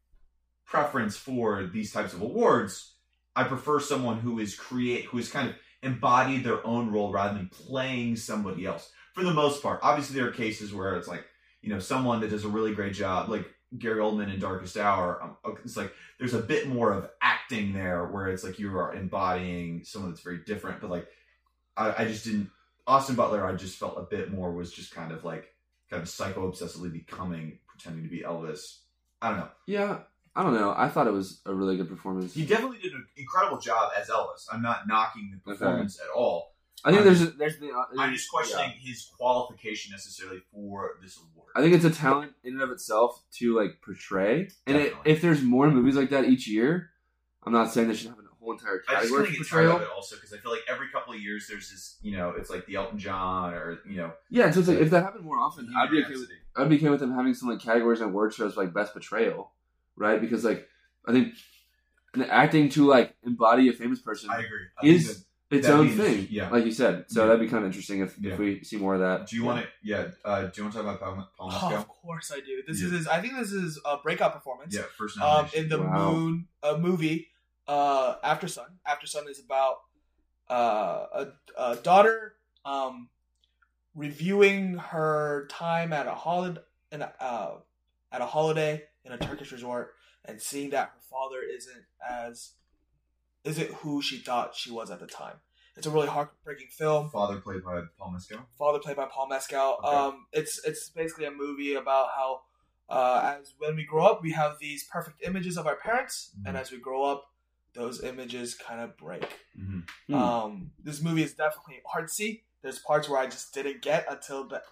preference for these types of awards. I prefer someone who is create who is kind of embodied their own role rather than playing somebody else. For the most part, obviously there are cases where it's like you know someone that does a really great job, like Gary Oldman in Darkest Hour. Um, okay, it's like there's a bit more of acting there where it's like you are embodying someone that's very different. But like I, I just didn't. Austin Butler, I just felt a bit more was just kind of like kind of psycho obsessively becoming pretending to be Elvis. I don't know. Yeah, I don't know. I thought it was a really good performance. He definitely did an incredible job as Elvis. I'm not knocking the Okay. performance at all. I think I'm there's there's the. uh, I'm just questioning his qualification necessarily for this award. I think it's a talent in and of itself to like portray, and it, Definitely. if there's more movies like that each year, I'm not saying they should have a whole entire I just category kind of for get tired of portrayal. it also because I feel like every couple of years there's this, you know, it's like the Elton John or you know, Yeah, so it's like if that happened more often, I'd be okay with Rhapsody. I'd be okay with them having some like categories and award shows for, like best portrayal, right? Because like I think an acting to like embody a famous person I agree. I Is- think its that own means- thing, yeah. like you said. So Yeah. that'd be kind of interesting if, Yeah. if we see more of that. that- do you want to? Yeah. Uh, do you want to talk about Paul, Paul Oh, Mescal? of course I do. This Yeah. is his, I think this is a breakout performance. Yeah, first um, nomination. in the Wow. moon uh, movie uh, after sun after sun is about uh, a, a daughter um, reviewing her time at a holiday in a, uh, at a holiday in a turkish resort and seeing that her father isn't as isn't who she thought she was at the time it's a really heartbreaking film Father played by Paul Mescal. father played by Paul Mescal. Okay. Um, it's it's basically a movie about how uh, as when we grow up, we have these perfect images of our parents, and Mhm. as we grow up, those images kind of break. Mm-hmm. Hmm. Um, this movie is definitely artsy. There's parts where I just didn't get until the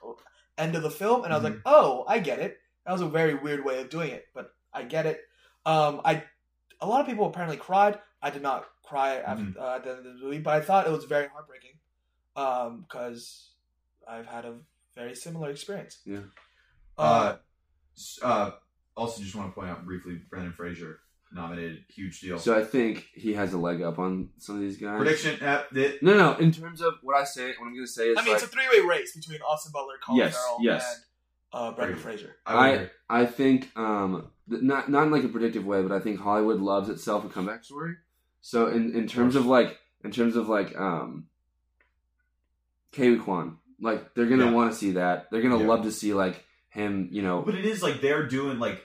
end of the film, and I was Hmm. like, "Oh, I get it." That was a very weird way of doing it, but I get it. Um, I a lot of people apparently cried. I did not cry Hmm. after Mhm. uh, at the end of the movie, but I thought it was very heartbreaking because I've had a very similar experience. Yeah. Uh, uh, also just want to point out briefly Brendan Fraser nominated. Huge deal. So uh, I think he has a leg up on some of these guys. Prediction uh, at the No, no. In terms of what I say, what I'm going to say is I mean, like, it's a three-way race between Austin Butler, Colin Yes, Farrell, yes. and uh, Brendan Fraser. I, would I- agree. I think um th- not not in like a predictive way, but I think Hollywood loves itself a comeback story. So in in terms of like in terms of like um Kiwi Kwan, like they're gonna Yeah. want to see that. They're gonna Yeah. love to see like him, you know. But it is like they're doing like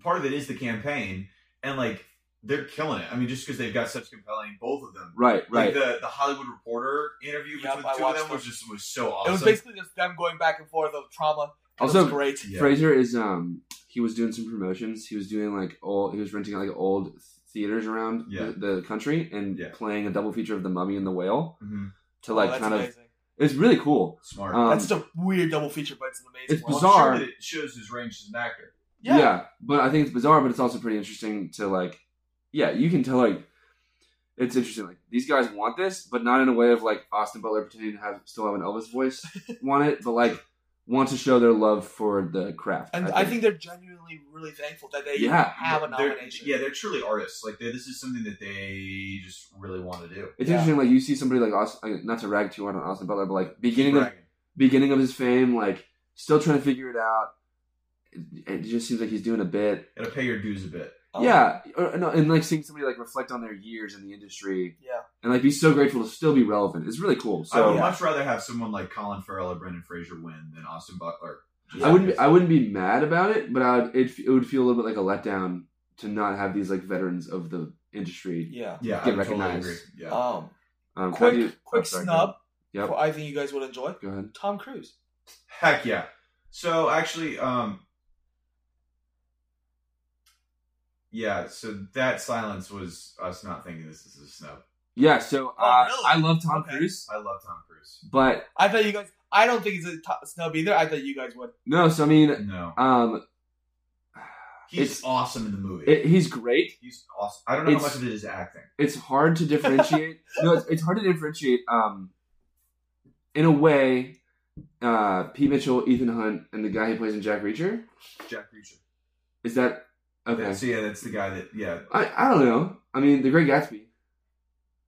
part of it is the campaign, and like they're killing it. I mean, just because they've got such compelling both of them. Right, Like right. the the Hollywood Reporter interview Yep, between I the two of them watched was just was so It awesome. was basically just them going back and forth of trauma. It was Also- great. Yeah. Fraser is um he was doing some promotions. He was doing like old he was renting like old theaters around Yeah. the, the country and Yeah. playing a double feature of the Mummy and the Whale Mhm. to like oh, that's kind of amazing. it's really cool. smart. Um, that's just a weird double feature, but it's an amazing it's one. I'm bizarre. sure that it shows his range as an actor. Yeah. Yeah. but I think it's bizarre, but it's also pretty interesting to like, yeah, you can tell like, it's interesting. Like these guys want this, but not in a way of like Austin Butler pretending to have still have an Elvis voice want it, but like want to show their love for the craft. And I think they're genuinely really thankful that they Yeah. have a They're- nomination. yeah, they're truly artists. Like they, this is something that they just really want to do. it's yeah. interesting. Like you see somebody like Austin, not to rag too hard on Austin Butler, but like beginning of Bragging. beginning of his fame, like still trying to figure it out. It- It just seems like he's doing a bit. Gotta pay your dues a bit. Um, yeah, or, no, and like seeing somebody like reflect on their years in the industry Yeah. Oh, and like be so grateful to still be relevant. It's really cool. So I would yeah. much rather have someone like Colin Farrell or Brendan Fraser win than Austin Butler. Just I wouldn't. Be, because- I wouldn't be mad about it, but I would, it, it would feel a little bit like a letdown to not have these like veterans of the industry. Yeah. yeah, I get would totally recognized. agree. Yeah. Um, Um, quick, how do you- quick oh, sorry, go snub. Yep. who I think you guys would enjoy. ahead. Go ahead. Tom Cruise. Heck yeah. So actually, um, yeah. So that silence was us not thinking this is a snub. Yeah. So uh, Oh, really? I love Tom Okay. Cruise, I love Tom Cruise. but I thought you guys. I don't think it's a top snub either. I thought you guys would. no. So I mean, No, um, he's It's- awesome in the movie. it, he's great. he's awesome. I don't know how it's- much of it is acting. It's hard to differentiate. no, it's, it's hard to differentiate. Um, in a way, uh, Pete Mitchell, Ethan Hunt, and the guy he plays in Jack Reacher. Jack Reacher. Is that okay? That's, yeah, that's the guy that. Yeah, I, I don't know. I mean, The Great Gatsby.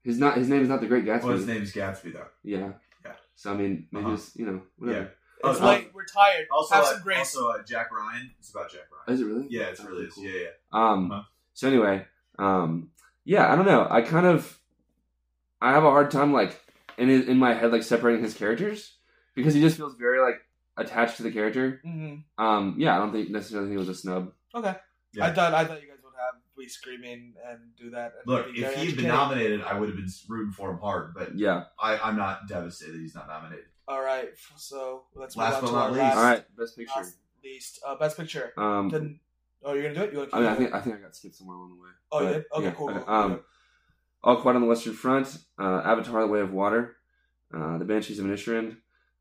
His not his name is not The Great Gatsby. well, his name's Gatsby though. Yeah. Yeah. So I mean, maybe Uh-huh. it's you know whatever. It's Oh, like we're tired. Also, Have uh, some grace. also uh, Jack Ryan. It's about Jack Ryan. Is it really? Yeah, it's That's really. cool. Yeah, yeah. Um. Huh. So anyway, um. Yeah, I don't know. I kind of, I have a hard time like in in my head like separating his characters because he just feels very like attached to the character. hmm Um. Yeah, I don't think necessarily he was a snub. Okay. Yeah. I thought I thought you guys would have be screaming and do that. and Look, be if very he had been entertaining. nominated, I would have been rooting for him hard. But Yeah. I, I'm not devastated he's not nominated. All right. So let's Last move but on to not our least. last. All right. Best picture. Last least uh, best picture. Um. Then oh, you're gonna do it. You want to? I mean, I think I think I got skipped somewhere along the way. Oh, you But, did? Okay, yeah, cool. cool, cool. Um, All Quiet on the Western Front, uh, Avatar: The Way of Water, uh, The Banshees of Inisherin,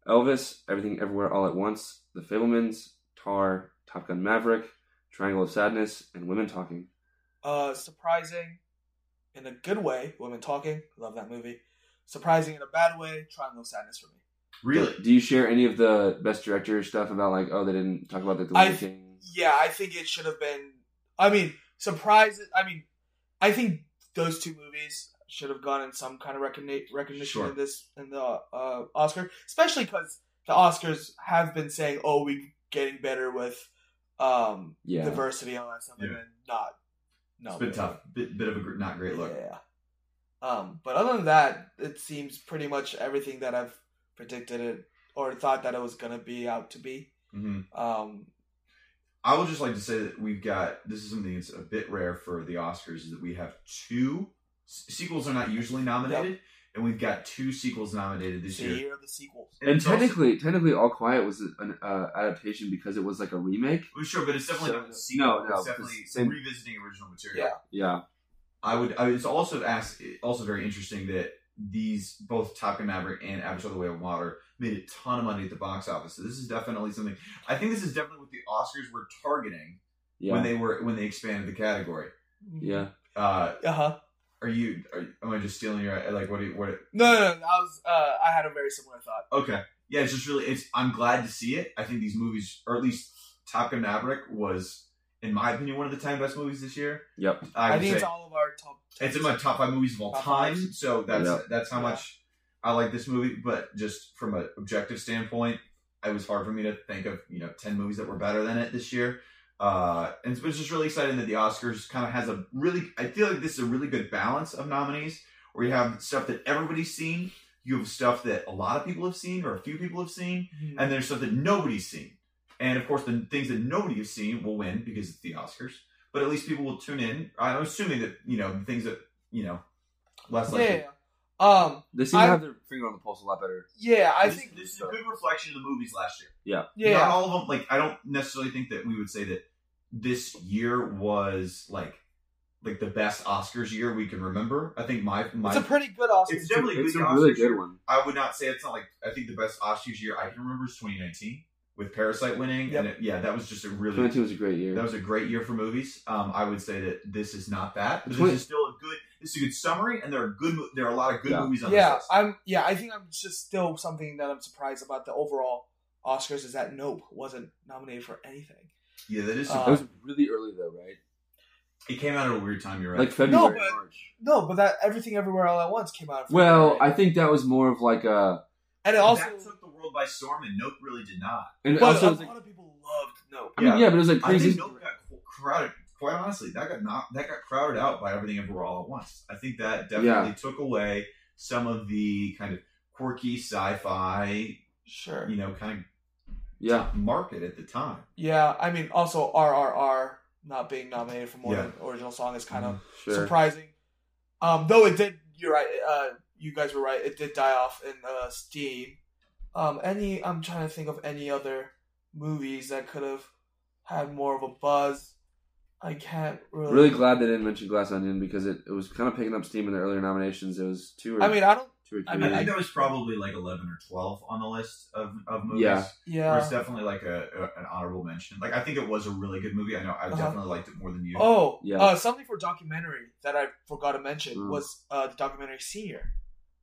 Elvis, Everything Everywhere All at Once, The Fablemans, Tar, Top Gun: Maverick, Triangle of Sadness, and Women Talking. uh, surprising in a good way. Women talking. Love that movie. Surprising in a bad way. Triangle of Sadness for me. Really? Do, do you share any of the Best Director stuff about like, oh, they didn't talk about like, the Lion I- King? Yeah, I think it should have been. I mean, surprise. I mean, I think those two movies should have gone in some kind of recogni- recognition Sure. in this in the uh, Oscar, especially because the Oscars have been saying, "Oh, we're getting better with um, Yeah. diversity and all that stuff," and Yeah. then not. No, it's been tough. Bit, bit of a gr- not great look. Yeah. Um, but other than that, it seems pretty much everything that I've predicted it or thought that it was gonna be out to be. hmm Um, I would just like to say that we've got this is something that's a bit rare for the Oscars is that we have two s- sequels are not usually nominated, and we've got two sequels nominated the this year. year of the sequels. And it's also- technically, technically, All Quiet was an uh, adaptation because it was like a remake. Well, sure, but it's definitely So- not a sequel. no, no, it's definitely it's same- revisiting original material. Yeah. Yeah, I would. I, it's also asked, also very interesting that these both Top Gun Maverick and Avatar: The Way of Water made a ton of money at the box office. So this is definitely something. I think this is definitely what the Oscars were targeting yeah, when they were when they expanded the category. yeah. Uh, Uh huh. are you? Are, am I just stealing your like? What? Do you, what? No, no, no, I was. Uh, I had a very similar thought. Okay. Yeah. It's just really. It's. I'm glad to see it. I think these movies, or at least Top Gun Maverick, was in my opinion, one of the ten best movies this year. Yep. I, I, would think say it's all of our top. it's in my top five movies of all Top time. five. So that's Yeah. that's how Yeah. much I like this movie. But just from an objective standpoint, it was hard for me to think of you know ten movies that were better than it this year. Uh, and it's just really exciting that the Oscars kind of has a really. I feel like this is a really good balance of nominees, where you have stuff that everybody's seen, you have stuff that a lot of people have seen or a few people have seen, Mhm. and there's stuff that nobody's seen. And of course, the things that nobody has seen will win because it's the Oscars. But at least people will tune in. I'm assuming that you know the things that you know less Yeah, likely. yeah, yeah. Um. They seem I- to have their finger on the pulse a lot better. Yeah, I this, think. this is a good reflection of the movies last year. Not Yeah. all of them. Like I don't necessarily think that we would say that this year was like like the best Oscars year we can remember. I think my my It's a pretty good Oscar. It's definitely it's good a really Oscars good year. one. I would not say it's not like I think the best Oscars year I can remember is 2019 with Parasite winning. Yep. And it, yeah, that was just a really 2019 was a great year. That was a great year for movies. Um, I would say that this is not that, but this Twen- is still a good. This is a good summary, and there are good. mo- There are a lot of good Yeah. movies on yeah, this. list. I'm. Yeah, I think I'm just still something that I'm surprised about the overall Oscars is that Nope wasn't nominated for anything. Yeah, that is. Uh, That was really early though, right? it came out at a weird time. You're right. Like February, but- March. No, but that everything everywhere all at once came out. in Well, February. I think that was more of like a and it also, that took the world by storm, and Nope really did not. and but also a it was like, lot of people loved Nope. I mean, yeah. yeah. but it was like I think crazy. Nope got qu- crowded. Quite honestly, that got not that got crowded out by everything everywhere all at once. I think that definitely took away some of the kind of quirky sci-fi, Sure. you know, kind Yeah, of market at the time. Yeah, I mean, also RRR not being nominated for more Yeah. than original song is kind of Mm-hmm. sure. surprising. Um, though it did, you're right. Uh, you guys were right. It did die off in uh, Steam. Um, any, I'm trying to think of any other movies that could have had more of a buzz. I can't really. Really glad they didn't mention Glass Onion because it, it was kind of picking up steam in the earlier nominations. It was two or I mean, I don't. two or three. I I, mean, think there was probably like eleven or twelve on the list of, of movies. Yeah. Or it's Yeah. definitely like a, a- an honorable mention. Like I think it was a really good movie. I know I Uh-huh. definitely liked it more than you. Oh, Yeah. uh, something for documentary that I forgot to mention Mm. was uh, the documentary Senior,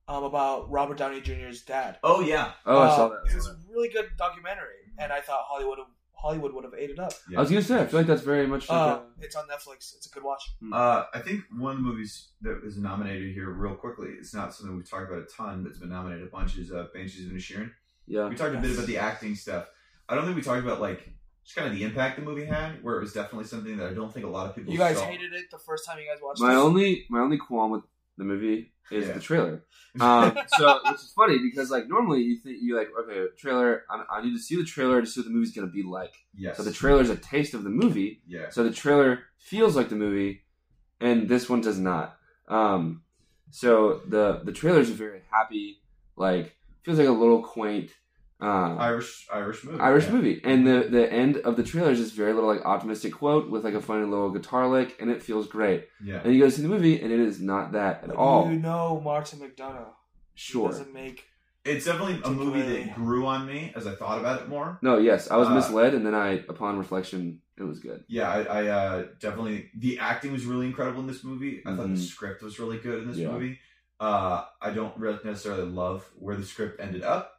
um, about Robert Downey Jr.'s dad. Oh, yeah, oh, I Uh, saw that. I It saw was that. a really good documentary, and I thought Hollywood Hollywood would have ate it up. yeah. I was gonna say, I feel like that's very much. Like Uh, a- it's on Netflix. It's a good watch. Uh, I think one of the movies that was nominated here, real quickly, it's not something we've talked about a ton, but it's been nominated a bunch, is uh, Banshees of Inisherin. yeah, We talked a bit Yes. about the acting stuff. I don't think we talked about like just kind of the impact the movie had, where it was definitely something that I don't think a lot of people. You guys saw. hated it the first time you guys watched my it. only my only qualm with the movie is Yeah. the trailer. Um, so which is funny because like normally you think you like okay trailer I, I need to see the trailer to see what the movie's gonna be like. yes. So the trailer's a taste of the movie. yeah. So the trailer feels like the movie, and this one does not. Um, so the the trailer's very happy, like feels like a little quaint. Um, Irish Irish movie. Irish yeah. movie. And the the end of the trailer is this very little like optimistic quote with like a funny little guitar lick, and it feels great. Yeah. And you go see the movie, and it is not that at But all. You know Martin McDonough. He Sure. doesn't make. It's definitely a movie that grew on me as I thought about it more. No, yes, I was Uh, misled, and then I, upon reflection, it was good. Yeah, I, I uh, definitely the acting was really incredible in this movie. I thought the Mhm. script was really good in this Yeah. movie. Uh, I don't really necessarily love where the script ended up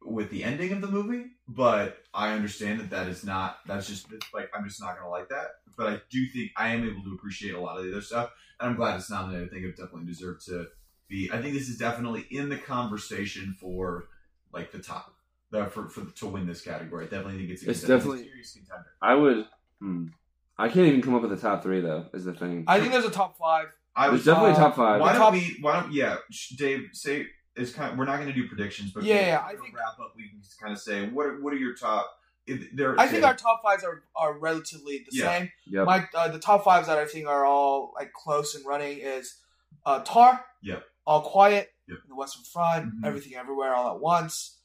with the ending of the movie, but I understand that that is not that's just it's like I'm just not gonna like that. But I do think I am able to appreciate a lot of the other stuff, and I'm glad it's nominated. I think it definitely deserved to be. I think this is definitely in the conversation for like the top. uh, For, for to win this category, I definitely think it's a It's contender- definitely- serious contender. I would. Hmm, I can't even come up with the top three though. Is the thing. I think there's a top five. I was There's definitely uh, top five. Why The don't top- we? Why don't yeah, sh- Dave? Say it's kind. Of, we're not going to do predictions, but Yeah, yeah, we're I gonna think- wrap up. We can just kind of say what are, what are your top? If there, I think our top fives are, are relatively the Yeah. same. Yep. My uh, the top fives that I think are all like close and running is uh, Tar. Yep. All Quiet. Yep. The Western Front. Mhm. Everything Everywhere All at Once.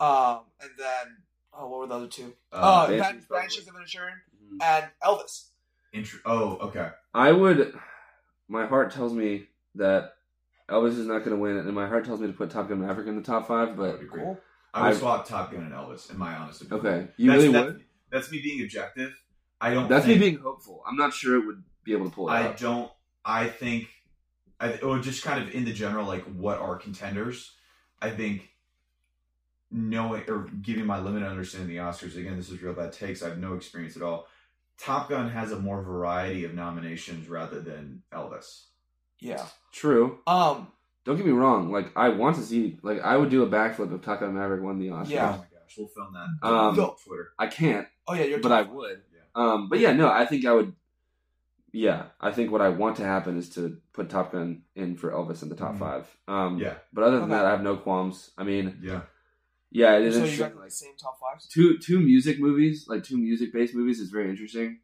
Um, and then oh, what were the other two? uh, Uh, Banshees, Ban- probably. Banshees of Inisherin Mhm. and Elvis. intro. Oh, okay. I would. My heart tells me that Elvis is not going to win, and my heart tells me to put Top Gun Maverick in the top five. I would But agree. I would I- swap Top Gun and Elvis, in my honest opinion. okay, you that's, really that's, would. That's me being objective. I don't. That's me think- being hopeful. I'm not sure it would be able to pull it I out. don't. I think, I or just kind of in the general, like what are contenders? I think knowing or giving my limited understanding of the Oscars. Again, this is real bad takes. I have no experience at all. Top Gun has a more variety of nominations rather than Elvis. Yeah. True. Um. Don't get me wrong. Like I want to see. Like I would do a backflip if Top Gun Maverick won the Oscar. Oh my Yeah. gosh, we'll film that Um, on Twitter. I can't, Oh yeah, you're. but I would. Um, but yeah, no, I think I would. Yeah, I think what I want to happen is to put Top Gun in for Elvis in the top Mhm. five. Um, Yeah. But other than Mm-hmm. Okay. that, I have no qualms. I mean, Yeah, yeah, it is So you interesting. guys like like, the same top fives? two two music movies, like two music based movies, is very interesting.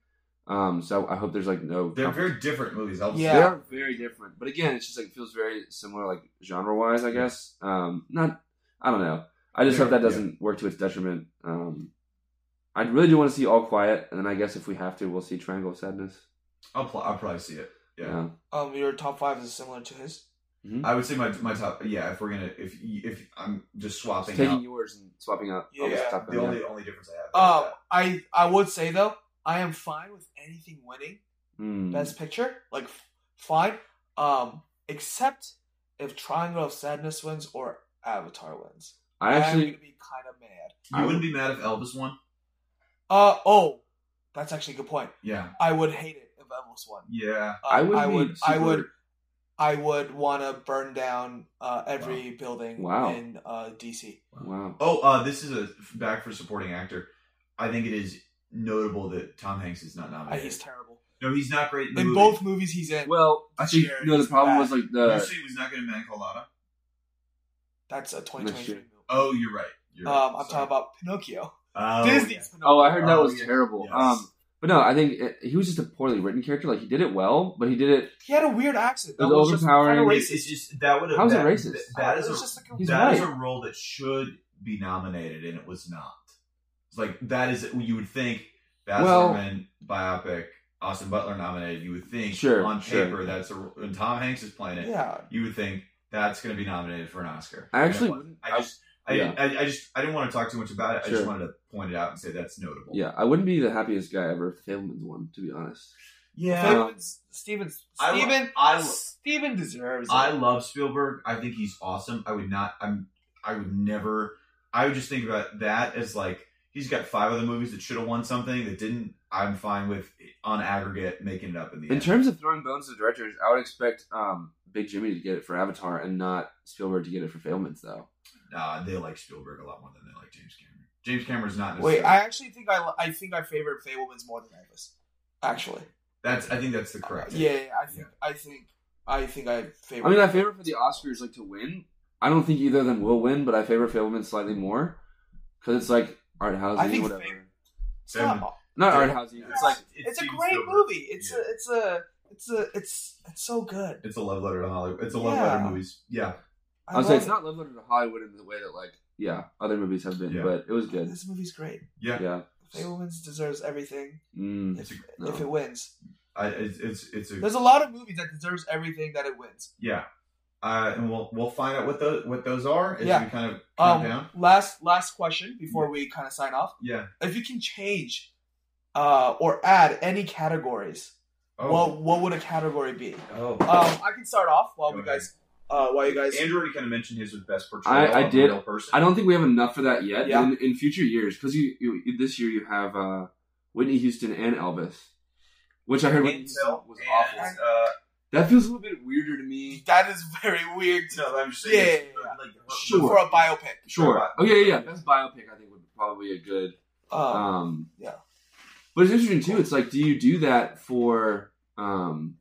Um, so I hope there's like no. they're very different movies. Elvis Yeah. They are very different, but again, it's just like feels very similar, like genre wise, I guess. Um, not, I don't know. I just hope Yeah, that doesn't work to its detriment. Um, I really do want to see All Quiet, and then I guess if we have to, we'll see Triangle of Sadness. I'll, pl- I'll probably see it. Yeah. Um, your top five is similar to his. I would say my my top. Yeah, if we're gonna if y- if I'm just swapping taking out yours and swapping out. Yeah, Elvis Top Gun, the yeah. only only difference I have. Um, I I would say though, I am fine with anything winning Hmm. Best Picture, like f- fine. Um, except if Triangle of Sadness wins or Avatar wins, I I'm actually, gonna be kind of mad. you wouldn't be mad if Elvis won. Uh oh, that's actually a good point. Yeah, I would hate it if Elvis won. yeah, Uh, I would, I be would, I super- would, I would want to burn down uh, every building Wow. in uh, DC. Wow. Oh, uh, this is a back for supporting actor. I think it is notable that Tom Hanks is not Uh, nominated. he's terrible no, he's not great in, the in movie. both movies he's in. Well, I This think year no. The is problem bad. was like You the say he was not good in Man Called Otto? That's a 2023 year. movie. Oh, you're right. You're right. um, I'm Sorry. talking about Pinocchio. Oh, Disney's Pinocchio. oh, I heard that Oh, was yeah. terrible. Yes. Um, but no, I think it, he was just a poorly written character. Like he did it well, but he did it. He had a weird accent. It That was was just overpowering. kinda yeah. racist. It's, it's just that would have. How is it that, racist? th- That is It a, was just like a- He's that is white. a role that should be nominated, and it was not. It's like that is you would think Baz Well- Luhrmann biopic Austin Butler nominated. You would think Sure, on sure. paper that's a and Tom Hanks is playing it. yeah. You would think that's going to be nominated for an Oscar. I And actually it wasn't. wouldn't. I just, I, Yeah. didn't, I, I just, I didn't want to talk too much about it. I Sure. just wanted to point it out and say that's notable. Yeah, I wouldn't be the happiest guy ever if Fableman's won. To be honest, yeah. Stevens, Stevens, I, lo- Steven, I, lo- Steven deserves it. I love Spielberg. I think he's awesome. I would not. I'm. I would never. I would just think about that as like he's got five other movies that should have won something that didn't. I'm fine with on aggregate making it up in the in end. terms of throwing bones to directors, I would expect um, Big Jimmy to get it for Avatar and not Spielberg to get it for Fableman's though. Nah, they like Spielberg a lot more than they like James Cameron. James Cameron's not. Wait, Necessarily, I actually think I li- I think I favor Fableman's more than Elvis. Actually, That's. I think that's the correct. yeah, I think I think I think I favor. I mean, I favor for the Oscars like to win. I don't think either of them will win, but I favor Fableman slightly more because it's like art I housing, think whatever. Fab- It's not- Not Yeah. art housing. It's like it it's a seems great Spielberg. movie. It's Yeah. a it's a it's a it's it's so good. It's a love letter to Hollywood. It's a love letter Yeah. to movies. Yeah. I I would say love it's not love letter to Hollywood in the way that like yeah other movies have been, Yeah. but it was it. good. This movie's great. Yeah. Yeah. Fableman's deserves everything Mm. if, no. if it wins. I, it's, it's it's a There's a lot of movies that deserves everything that it wins. yeah. Uh, and we'll we'll find out what those what those are as Yeah. we kind of count Um, down. last last question before we kind of sign off. Yeah. If you can change uh, or add any categories, Oh. what what would a category be? Um, oh. I can start off while Go we ahead. guys uh, while you guys. Andrew already kind of mentioned his was best portrayal. I- I of a did. real person. I don't think we have enough for that yet. Yeah. In, in future years, because you, you you- this year you have uh, Whitney Houston and Elvis, which I heard Whitney And Houston so- was and, awful. Uh, That feels a little bit weirder to me. That is very weird. to- no, I'm just Yeah, saying. yeah, yeah. Like, Sure. For a biopic. Sure. Oh yeah, yeah. yeah. Best biopic I think would be probably a good. Um, Um, yeah. But it's interesting too. It's like, do you do that for um,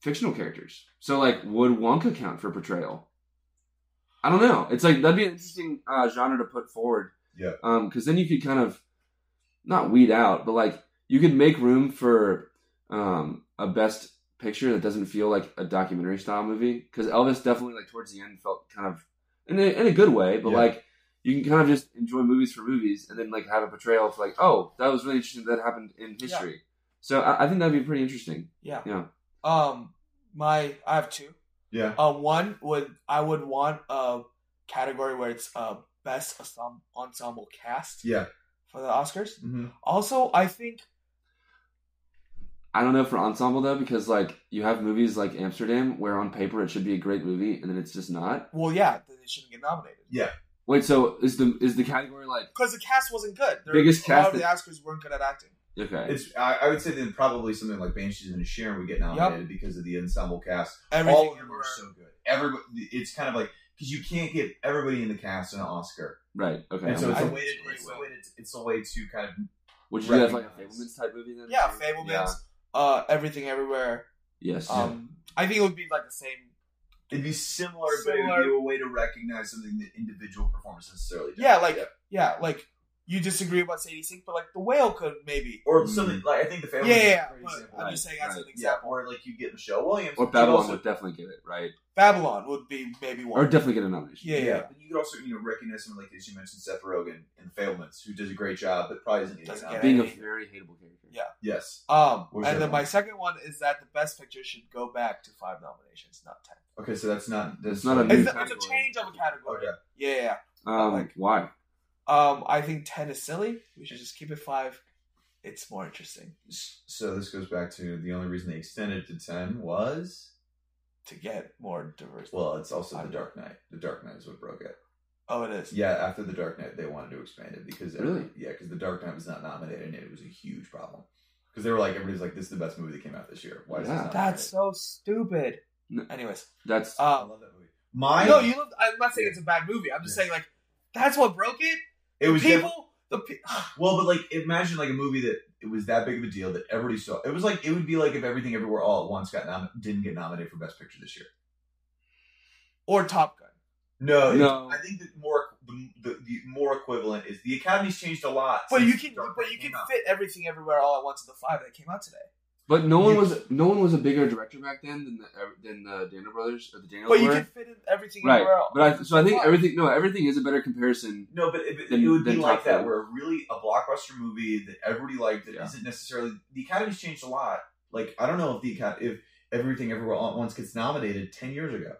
fictional characters? So like, would Wonka count for portrayal? I don't know. It's like that'd be an interesting uh, genre to put forward. Yeah. Um, because then you could kind of not weed out, but like you could make room for um a best picture that doesn't feel like a documentary style movie. Because Elvis definitely like towards the end felt kind of in a, in a good way, but Yeah. like you can kind of just enjoy movies for movies and then like have a portrayal of like, oh, that was really interesting that happened in history. So I, I think that'd be pretty interesting. yeah. Yeah. Uh. Um, my I have two. Yeah. Uh, one would I would want a category where it's uh best ensemble, ensemble cast Yeah. for the Oscars. hmm Also, I think I don't know for ensemble though because like you have movies like Amsterdam where on paper it should be a great movie and then it's just not. well, yeah, then it shouldn't get nominated Wait, so is the is the category like because the cast wasn't good. There, Biggest a lot cast of the Oscars weren't good at acting. Okay. It's I, I would say then probably something like Banshees and Sharon would get nominated because of the ensemble cast. Everything All of them are everywhere. so good. Everybody, it's kind of like because you can't get everybody in the cast an Oscar, Right. Okay. and so it's a I- way to it's a way to it's a way to kind of Would you do that as, like a recognize. Fableman's type movie then? Yeah, Fablemans. Yeah. Uh, everything everywhere. Yes. Um, I think it would be like the same. it'd be similar, but Similar. it'd be a way to recognize something that individual performance necessarily. does. Yeah, like yeah, like you disagree about Sadie Sink, but like the whale could maybe. or Mm. something like I think the Yeah, family. yeah. is a yeah, great but example. I'm Right, just saying as an right. Yeah, example. or like you get Michelle Williams or but you Babylon also- would definitely get it right, Babylon would be maybe one. or definitely get a nomination. Yeah, yeah. yeah. But you could also, you know, recognize someone like as you mentioned, Seth Rogen in Failments, who does a great job, but probably isn't Doesn't getting Being a nominated. very hateable character. Yeah. yes. Um, What was and that then my one? second one is that the best picture should go back to five nominations, not ten. Okay, so that's not that's Oh, It's not a It's, new- a- it's a change of a category. Okay. Yeah, yeah, Um. Like- why? yeah. Um, I think ten is silly. We should just keep it five. It's more interesting So this goes back to the only reason they extended to ten was to get more diverse. well, it's also the Dark Knight. The Dark Knight is what broke it. oh, it is. Yeah, after the Dark Knight, they wanted to expand it because every- Really? yeah, because the Dark Knight was not nominated, and it was a huge problem because they were like everybody's like, this is the best movie that came out this year. Why is Yeah. this not That's so stupid. No. Anyways, nominated? That's Ah, um, I love that movie. My no, you. Loved, I'm not saying it's a bad movie. I'm just Yeah. saying like that's what broke it. it was definitely- people. The pe- Well, but like imagine like a movie that it was that big of a deal that everybody saw. It was like it would be like if Everything Everywhere All at Once got nom- didn't get nominated for Best Picture this year. or Top Gun. No, No. I think that more the, the, the more equivalent is the Academy's changed a lot. But you since can, Dark but Knight you can came out. fit everything everywhere all at once in the five that came out today. but no one you- was no one was a bigger director back then than the than the Daniel brothers or the Daniels But you were. can fit in everything right. everywhere. all- But I, so I think Five. everything no everything is a better comparison. No, but it, Then- it would be then like Top that, Gun. where really a blockbuster movie that everybody liked that Yeah. not necessarily the Academy's changed a lot. Like I don't know if the Acad- if Everything Everywhere All at Once gets nominated ten years ago,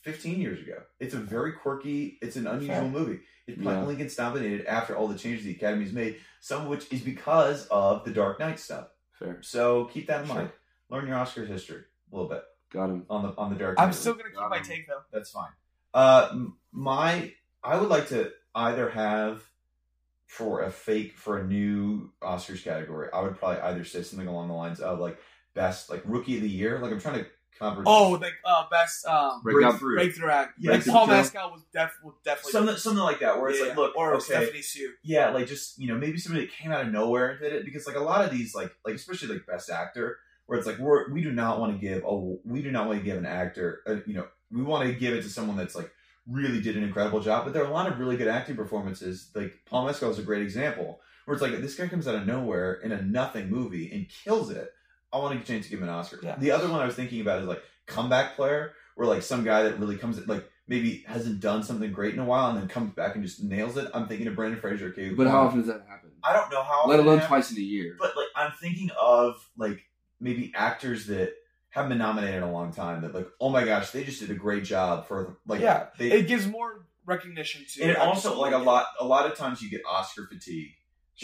fifteen years ago. It's a very quirky. It's an unusual Fair. movie. It probably Yeah. only gets nominated after all the changes the Academy's made, some of which is because of the Dark Knight stuff. Fair. So keep that in Sure. mind. Learn your Oscars history a little bit Got him. on the on the Dark Knight. I'm still gonna keep my Um, take though. That's fine. Uh, m- my, I would like to either have for a fake for a new Oscars category. I would probably either say something along the lines of like best like rookie of the year. Like I'm trying to cover. Oh, the uh, best um, Break out- breakthrough. breakthrough act. Yeah, like Paul breakthrough. Mescal was, def- was definitely Something, something like that, where it's Yeah, like, look, or okay, Stephanie Sue. yeah, like just you know maybe somebody that came out of nowhere and did it because like a lot of these like like especially like best actor where it's like we're we do not want to give a we do not want to give an actor uh you know we want to give it to someone that's like really did an incredible job but there are a lot of really good acting performances like Paul Mescal is a great example where it's like this guy comes out of nowhere in a nothing movie and kills it I want to get a chance to give him an Oscar Yeah. the other one I was thinking about is like comeback player where like some guy that really comes like maybe hasn't done something great in a while and then comes back and just nails it. I'm thinking of Brandon Fraser. Okay, But how often does that happen? I don't know how. Let often alone it happens, twice in a year. But like, I'm thinking of like maybe actors that haven't been nominated in a long time. That like, oh my gosh, they just did a great job for like. Yeah, they, It gives more recognition to. and it actors also who like a make it. lot. A lot of times you get Oscar fatigue.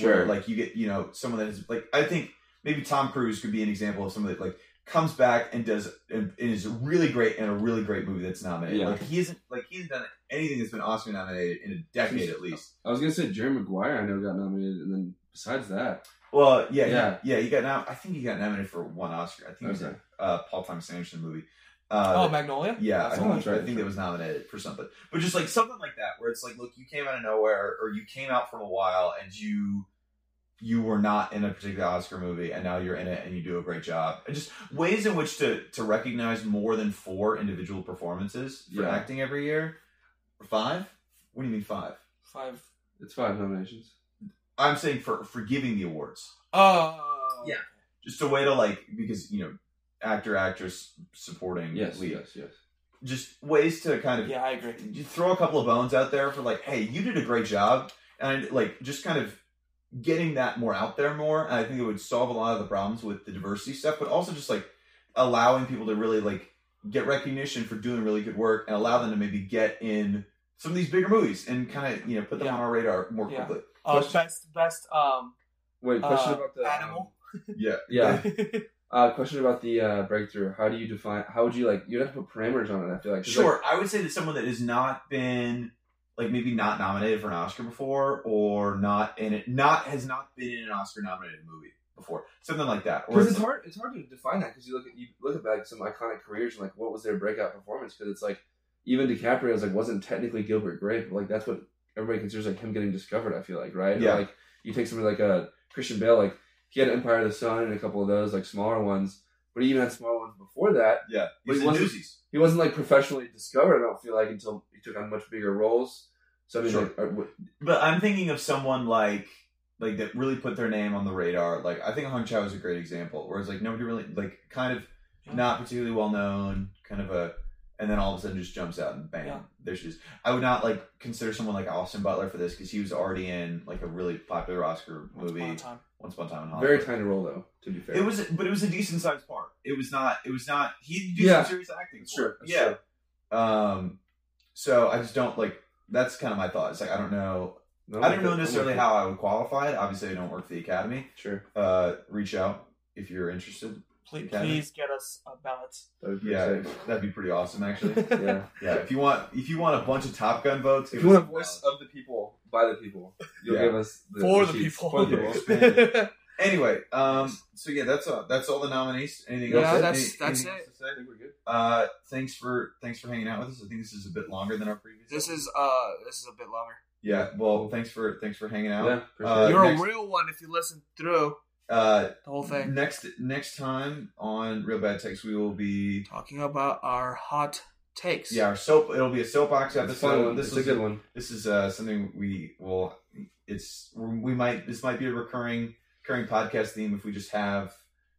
Where, like you get you know someone that is like I think maybe Tom Cruise could be an example of someone that like comes back and does and, and is really great in a really great movie that's nominated. Yeah. Like he isn't like he hasn't done anything that's been Oscar nominated in a decade at least. I was gonna say Jerry Maguire. I know got nominated, and then besides that, Well, yeah, yeah, Yeah. yeah. He got now. I think he got nominated for one Oscar. I think it was Okay. a uh, Paul Thomas Anderson movie. Uh, Oh, Magnolia. Yeah, I That's Oh, think, that's right, I think that's it was nominated for something. But just like something like that, where it's like, look, you came out of nowhere, or you came out from a while, and you you were not in a particular Oscar movie, and now you're in it, and you do a great job. And just ways in which to to recognize more than four individual performances for Yeah. acting every year, or five. What do you mean five? five. it's five nominations. I'm saying for for giving the awards. Oh, Yeah. Just a way to like because you know actor actress supporting Yes, lead. yes, yes. Just ways to kind of Yeah, I agree. you throw a couple of bones out there for like, hey, you did a great job, and like just kind of getting that more out there more. And I think it would solve a lot of the problems with the diversity stuff, but also just like allowing people to really like get recognition for doing really good work and allow them to maybe get in some of these bigger movies and kind of you know put them Yeah. on our radar more Yeah. quickly. Uh, Question- best, best. Um, Wait, question uh, about the um, animal. Yeah, yeah, uh, question about the uh, breakthrough. How do you define? How would you like? You'd have to put parameters on it. I feel like 'Cause, Sure, I would say that someone that has not been like maybe not nominated for an Oscar before, or not in it, not has not been in an Oscar nominated movie. before, something like that. Or Because it's it's- hard, it's hard to define that because you look at you look at like some iconic careers and like what was their breakout performance? Because it's like even DiCaprio's like wasn't technically Gilbert Grape, but like that's what everybody considers like him getting discovered. I feel like right, Or, Yeah. like you take somebody like a uh, Christian Bale, like he had Empire of the Sun and a couple of those like smaller ones, but he even had smaller ones before that. yeah, But he's he in wasn't- Newsies. He wasn't like professionally discovered. I don't feel like until he took on much bigger roles. So I mean, Sure. like, uh, are- what- But I'm thinking of someone like like that really put their name on the radar. Like I think Hong Chao is a great example, where it's like nobody really like kind of not particularly well known, kind of a, and then all of a sudden just jumps out and bam, Yeah. there she is. I would not like consider someone like Austin Butler for this because he was already in like a really popular Oscar Once upon a movie, time. Once Upon a Time in Hollywood. very tiny role though. To be fair, It was, but it was a decent sized part. It was not. It was not. He did Yeah. some serious acting. That's for true, it. that's yeah. Um. So I just don't like. That's kind of my thought. It's like I don't know. No, I don't like, know necessarily like, how I would qualify it. Obviously, I don't work for the academy. Sure, Uh, reach out if you're interested. Please, Academy. please get us a ballot. that would be Yeah, sick. that'd be pretty awesome, actually. yeah. Yeah, if you want, if you want a bunch of Top Gun votes, If give you want us a a voice ballot. of the people, by the people, you'll Yeah. give us the, For the sheets. people. For the Yeah. people. Anyway, um, so yeah, that's all. That's all the nominees. Anything Yeah, else? that's- that's anything it. else to say? I think we're good. Uh, thanks for thanks for hanging out with us. I think this is a bit longer than our previous. This episode. is uh this is a bit longer. yeah. Well, thanks for thanks for hanging out. Yeah, for Uh, sure. You're next- a real one if you listen through Uh, the whole thing. next next time on Real Bad Takes, we will be Talking about our hot takes. yeah our soap. It'll be a soapbox It's a fun episode. one. This It's was a good one. This is uh, something we will. It's we might this might be a recurring recurring podcast theme if we just have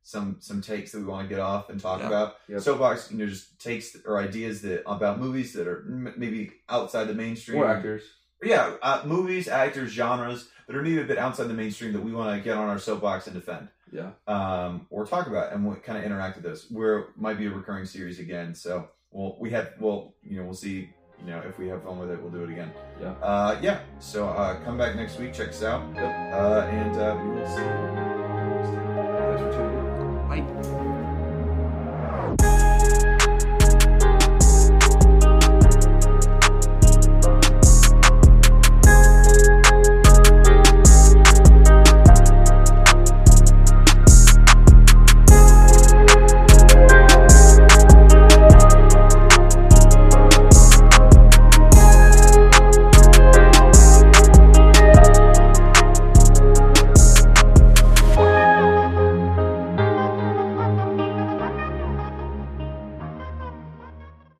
some some takes that we want to get off and talk Yeah. about. Yep. Soapbox, you know, just takes or ideas that about movies that are m- maybe outside the mainstream. More actors. Yeah, uh, movies, actors, genres that are maybe a bit outside the mainstream that we want to get on our soapbox and defend Yeah. um, or talk about and what kind of interact with this. Where might be a recurring series again. So we'll we have well you know we'll see you know if we have fun with it we'll do it again. Yeah. Uh, yeah. So uh, come back next week. Check us out. Yep. Uh, and uh, we will see. you next time. Thanks for tuning in. Like, Bye.